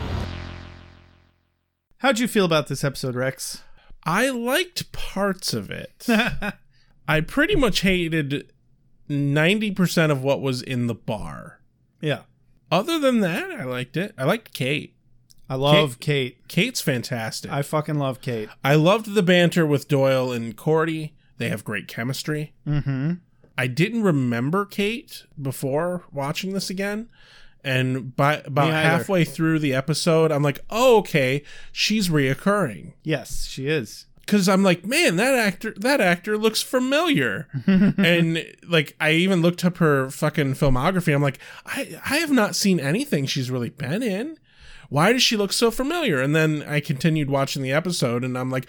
Speaker 8: How'd you feel about this episode, Rex?
Speaker 1: I liked parts of it. I pretty much hated 90% of what was in the bar.
Speaker 8: Yeah.
Speaker 1: Other than that, I liked it. I liked Kate.
Speaker 8: I love Kate.
Speaker 1: Kate's fantastic.
Speaker 8: I fucking love Kate.
Speaker 1: I loved the banter with Doyle and Cordy. They have great chemistry. Mm-hmm. I didn't remember Kate before watching this again. And by about
Speaker 8: Me either.
Speaker 1: halfway through the episode, I'm like, oh, okay, she's reoccurring.
Speaker 8: Yes, she is.
Speaker 1: Cause I'm like, man, that actor that actor looks familiar. and like I even looked up her fucking filmography. I'm like, I, I have not seen anything she's really been in. Why does she look so familiar? And then I continued watching the episode and I'm like,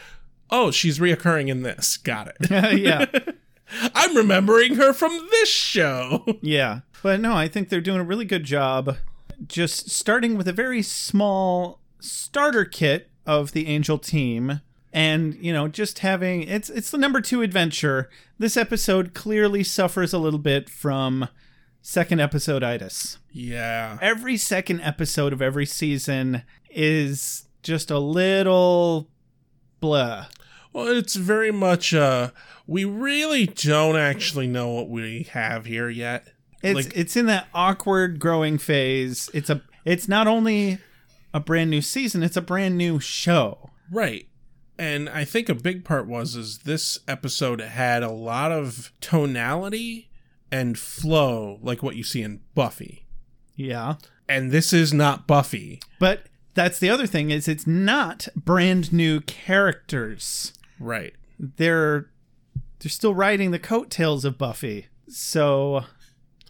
Speaker 1: oh, she's reoccurring in this. Got it.
Speaker 8: yeah.
Speaker 1: I'm remembering her from this show.
Speaker 8: Yeah. But no, I think they're doing a really good job just starting with a very small starter kit of the Angel team and, you know, just having it's it's the number 2 adventure. This episode clearly suffers a little bit from second episode itis.
Speaker 1: yeah.
Speaker 8: Every second episode of every season is just a little blah.
Speaker 1: Well, it's very much uh we really don't actually know what we have here yet.
Speaker 8: It's
Speaker 1: Like-
Speaker 8: it's in that awkward growing phase. It's a it's not only a brand new season, it's a brand new show.
Speaker 1: Right. And I think a big part was is this episode had a lot of tonality and flow like what you see in Buffy.
Speaker 8: Yeah.
Speaker 1: And this is not Buffy.
Speaker 8: But that's the other thing is it's not brand new characters.
Speaker 1: Right.
Speaker 8: They're they're still riding the coattails of Buffy. So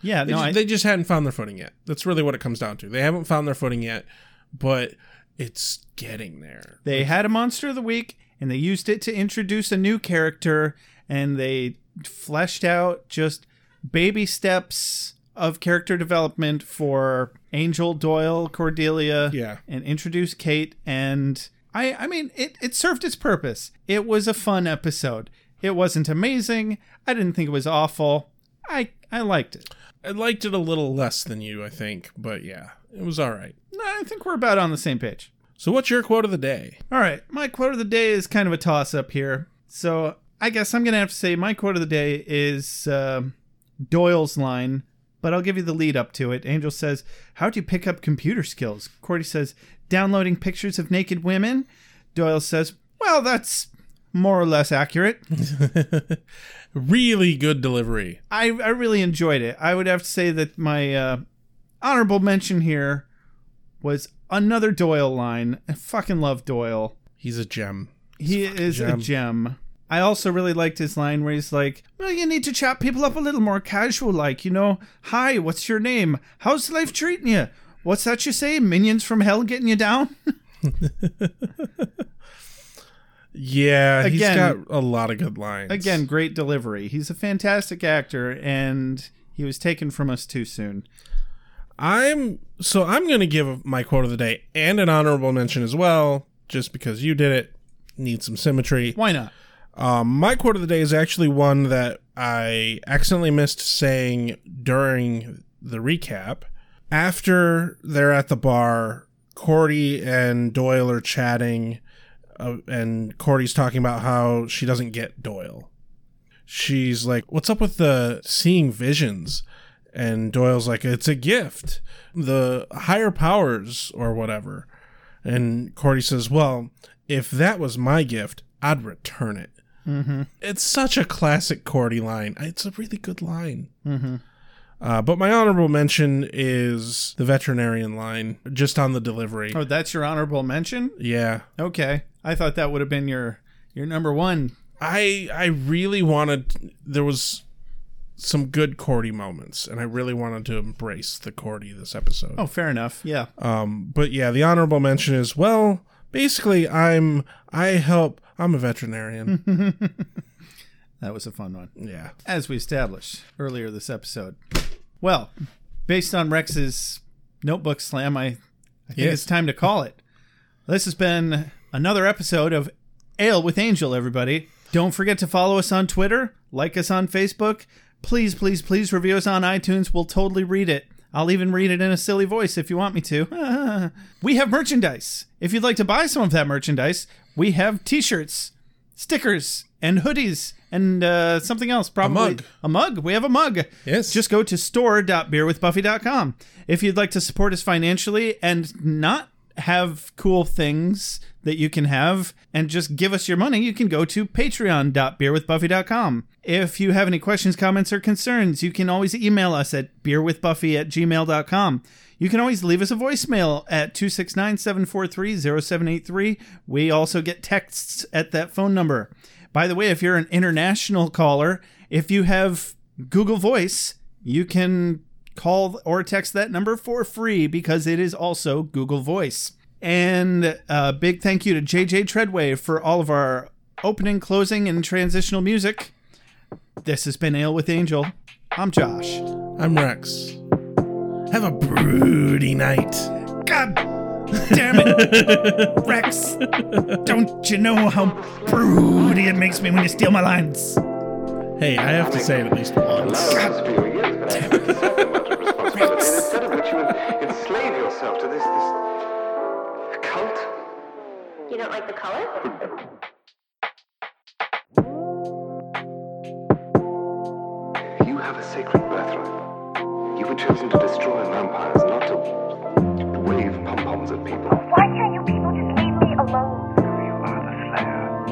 Speaker 8: yeah,
Speaker 1: They,
Speaker 8: no,
Speaker 1: just,
Speaker 8: I,
Speaker 1: they just hadn't found their footing yet. That's really what it comes down to. They haven't found their footing yet, but it's getting there.
Speaker 8: They had a monster of the week and they used it to introduce a new character and they fleshed out just baby steps of character development for Angel, Doyle, Cordelia,
Speaker 1: Yeah.
Speaker 8: and introduced Kate and I I mean it it served its purpose. It was a fun episode. It wasn't amazing. I didn't think it was awful. I I liked it.
Speaker 1: I liked it a little less than you, I think, but yeah, it was all right.
Speaker 8: No, I think we're about on the same page.
Speaker 1: So what's your quote of the day?
Speaker 8: All right, my quote of the day is kind of a toss up here. So I guess I'm going to have to say my quote of the day is um Doyle's line, but I'll give you the lead up to it. Angel says, How'd you pick up computer skills? Cordy says, Downloading pictures of naked women. Doyle says, Well, that's more or less accurate.
Speaker 1: Really good delivery.
Speaker 8: I, I really enjoyed it. I would have to say that my uh, honorable mention here was another Doyle line. I fucking love Doyle.
Speaker 1: He's a gem.
Speaker 8: He is a
Speaker 1: gem.
Speaker 8: gem. I also really liked his line where he's like, Well, you need to chat people up a little more casual, like, you know, Hi, what's your name? How's life treating you? What's that you say? Minions from hell getting you down?
Speaker 1: Yeah,
Speaker 8: Again-
Speaker 1: he's got a lot of good lines.
Speaker 8: Again, great delivery. He's a fantastic actor, and he was taken from us too soon.
Speaker 1: I'm so I'm going to give my quote of the day and an honorable mention as well, just because you did it. Need some symmetry.
Speaker 8: Why not?
Speaker 1: Um, my quote of the day is actually one that I accidentally missed saying during the recap. After they're at the bar, Cordy and Doyle are chatting, uh, and Cordy's talking about how she doesn't get Doyle. She's like, What's up with the seeing visions? And Doyle's like, It's a gift, the higher powers or whatever. And Cordy says, Well, if that was my gift, I'd return it. It's such a classic Cordy line. It's a really good line. Uh, but my honorable mention is the veterinarian line, just on the delivery.
Speaker 8: Oh, that's your honorable mention?
Speaker 1: Yeah.
Speaker 8: Okay. I thought that would have been your your number one.
Speaker 1: I I really wanted there was some good Cordy moments, and I really wanted to embrace the Cordy this episode.
Speaker 8: Oh, fair enough. Yeah.
Speaker 1: But yeah, the honorable mention is well, basically I'm I help I'm a veterinarian.
Speaker 8: That was a fun one.
Speaker 1: yeah.
Speaker 8: as we established earlier this episode. Well, based on Rex's notebook slam, I, I think
Speaker 1: Yes.
Speaker 8: it's time to call it. This has been another episode of Ale with Angel, everybody. Don't forget to follow us on Twitter, like us on Facebook. Please, please, please review us on iTunes. We'll totally read it. I'll even read it in a silly voice if you want me to. we have merchandise. If you'd like to buy some of that merchandise, we have t shirts stickers and hoodies and uh, something else probably
Speaker 1: mug.
Speaker 8: a mug we have a mug
Speaker 1: Yes.
Speaker 8: just go to store.beerwithbuffy.com if you'd like to support us financially and not have cool things that you can have and just give us your money you can go to patreon.beerwithbuffy.com if you have any questions comments or concerns you can always email us at beerwithbuffy at gmail.com you can always leave us a voicemail at 269 743 0783. We also get texts at that phone number. By the way, if you're an international caller, if you have Google Voice, you can call or text that number for free because it is also Google Voice. And a big thank you to JJ Treadway for all of our opening, closing, and transitional music. This has been Ale with Angel. I'm Josh.
Speaker 1: I'm Rex. Have a broody night.
Speaker 8: God damn it, Rex! Don't you know how broody it makes me when you steal my lines?
Speaker 1: Hey, I have to say it at least once.
Speaker 10: You don't like the color?
Speaker 3: You have a sacred birthright. You were chosen to destroy vampires, not to wave pom poms at people.
Speaker 10: Why can't you people just leave me alone?
Speaker 3: You are the Slayer.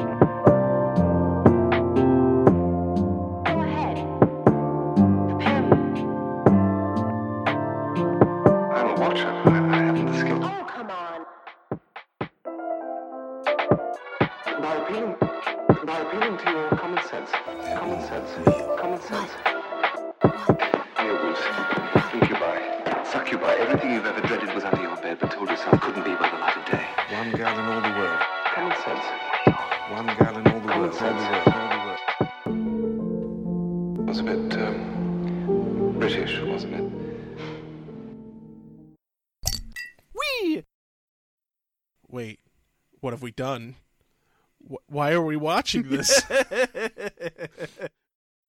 Speaker 10: Go ahead. Prepare me.
Speaker 3: I'm a watcher. I, I haven't the skill.
Speaker 10: Oh, come on.
Speaker 3: By appealing, by appealing to your common sense. Common sense. Common sense. Earwolves, incubi, succubi, everything you've ever dreaded was under your bed but told yourself couldn't be by the light of day. One girl in all the world. Common sense. One girl in all the world. All the world. All the world. It was a bit um, British, wasn't it?
Speaker 1: Wait, what have we done? Wh- Why are we watching this?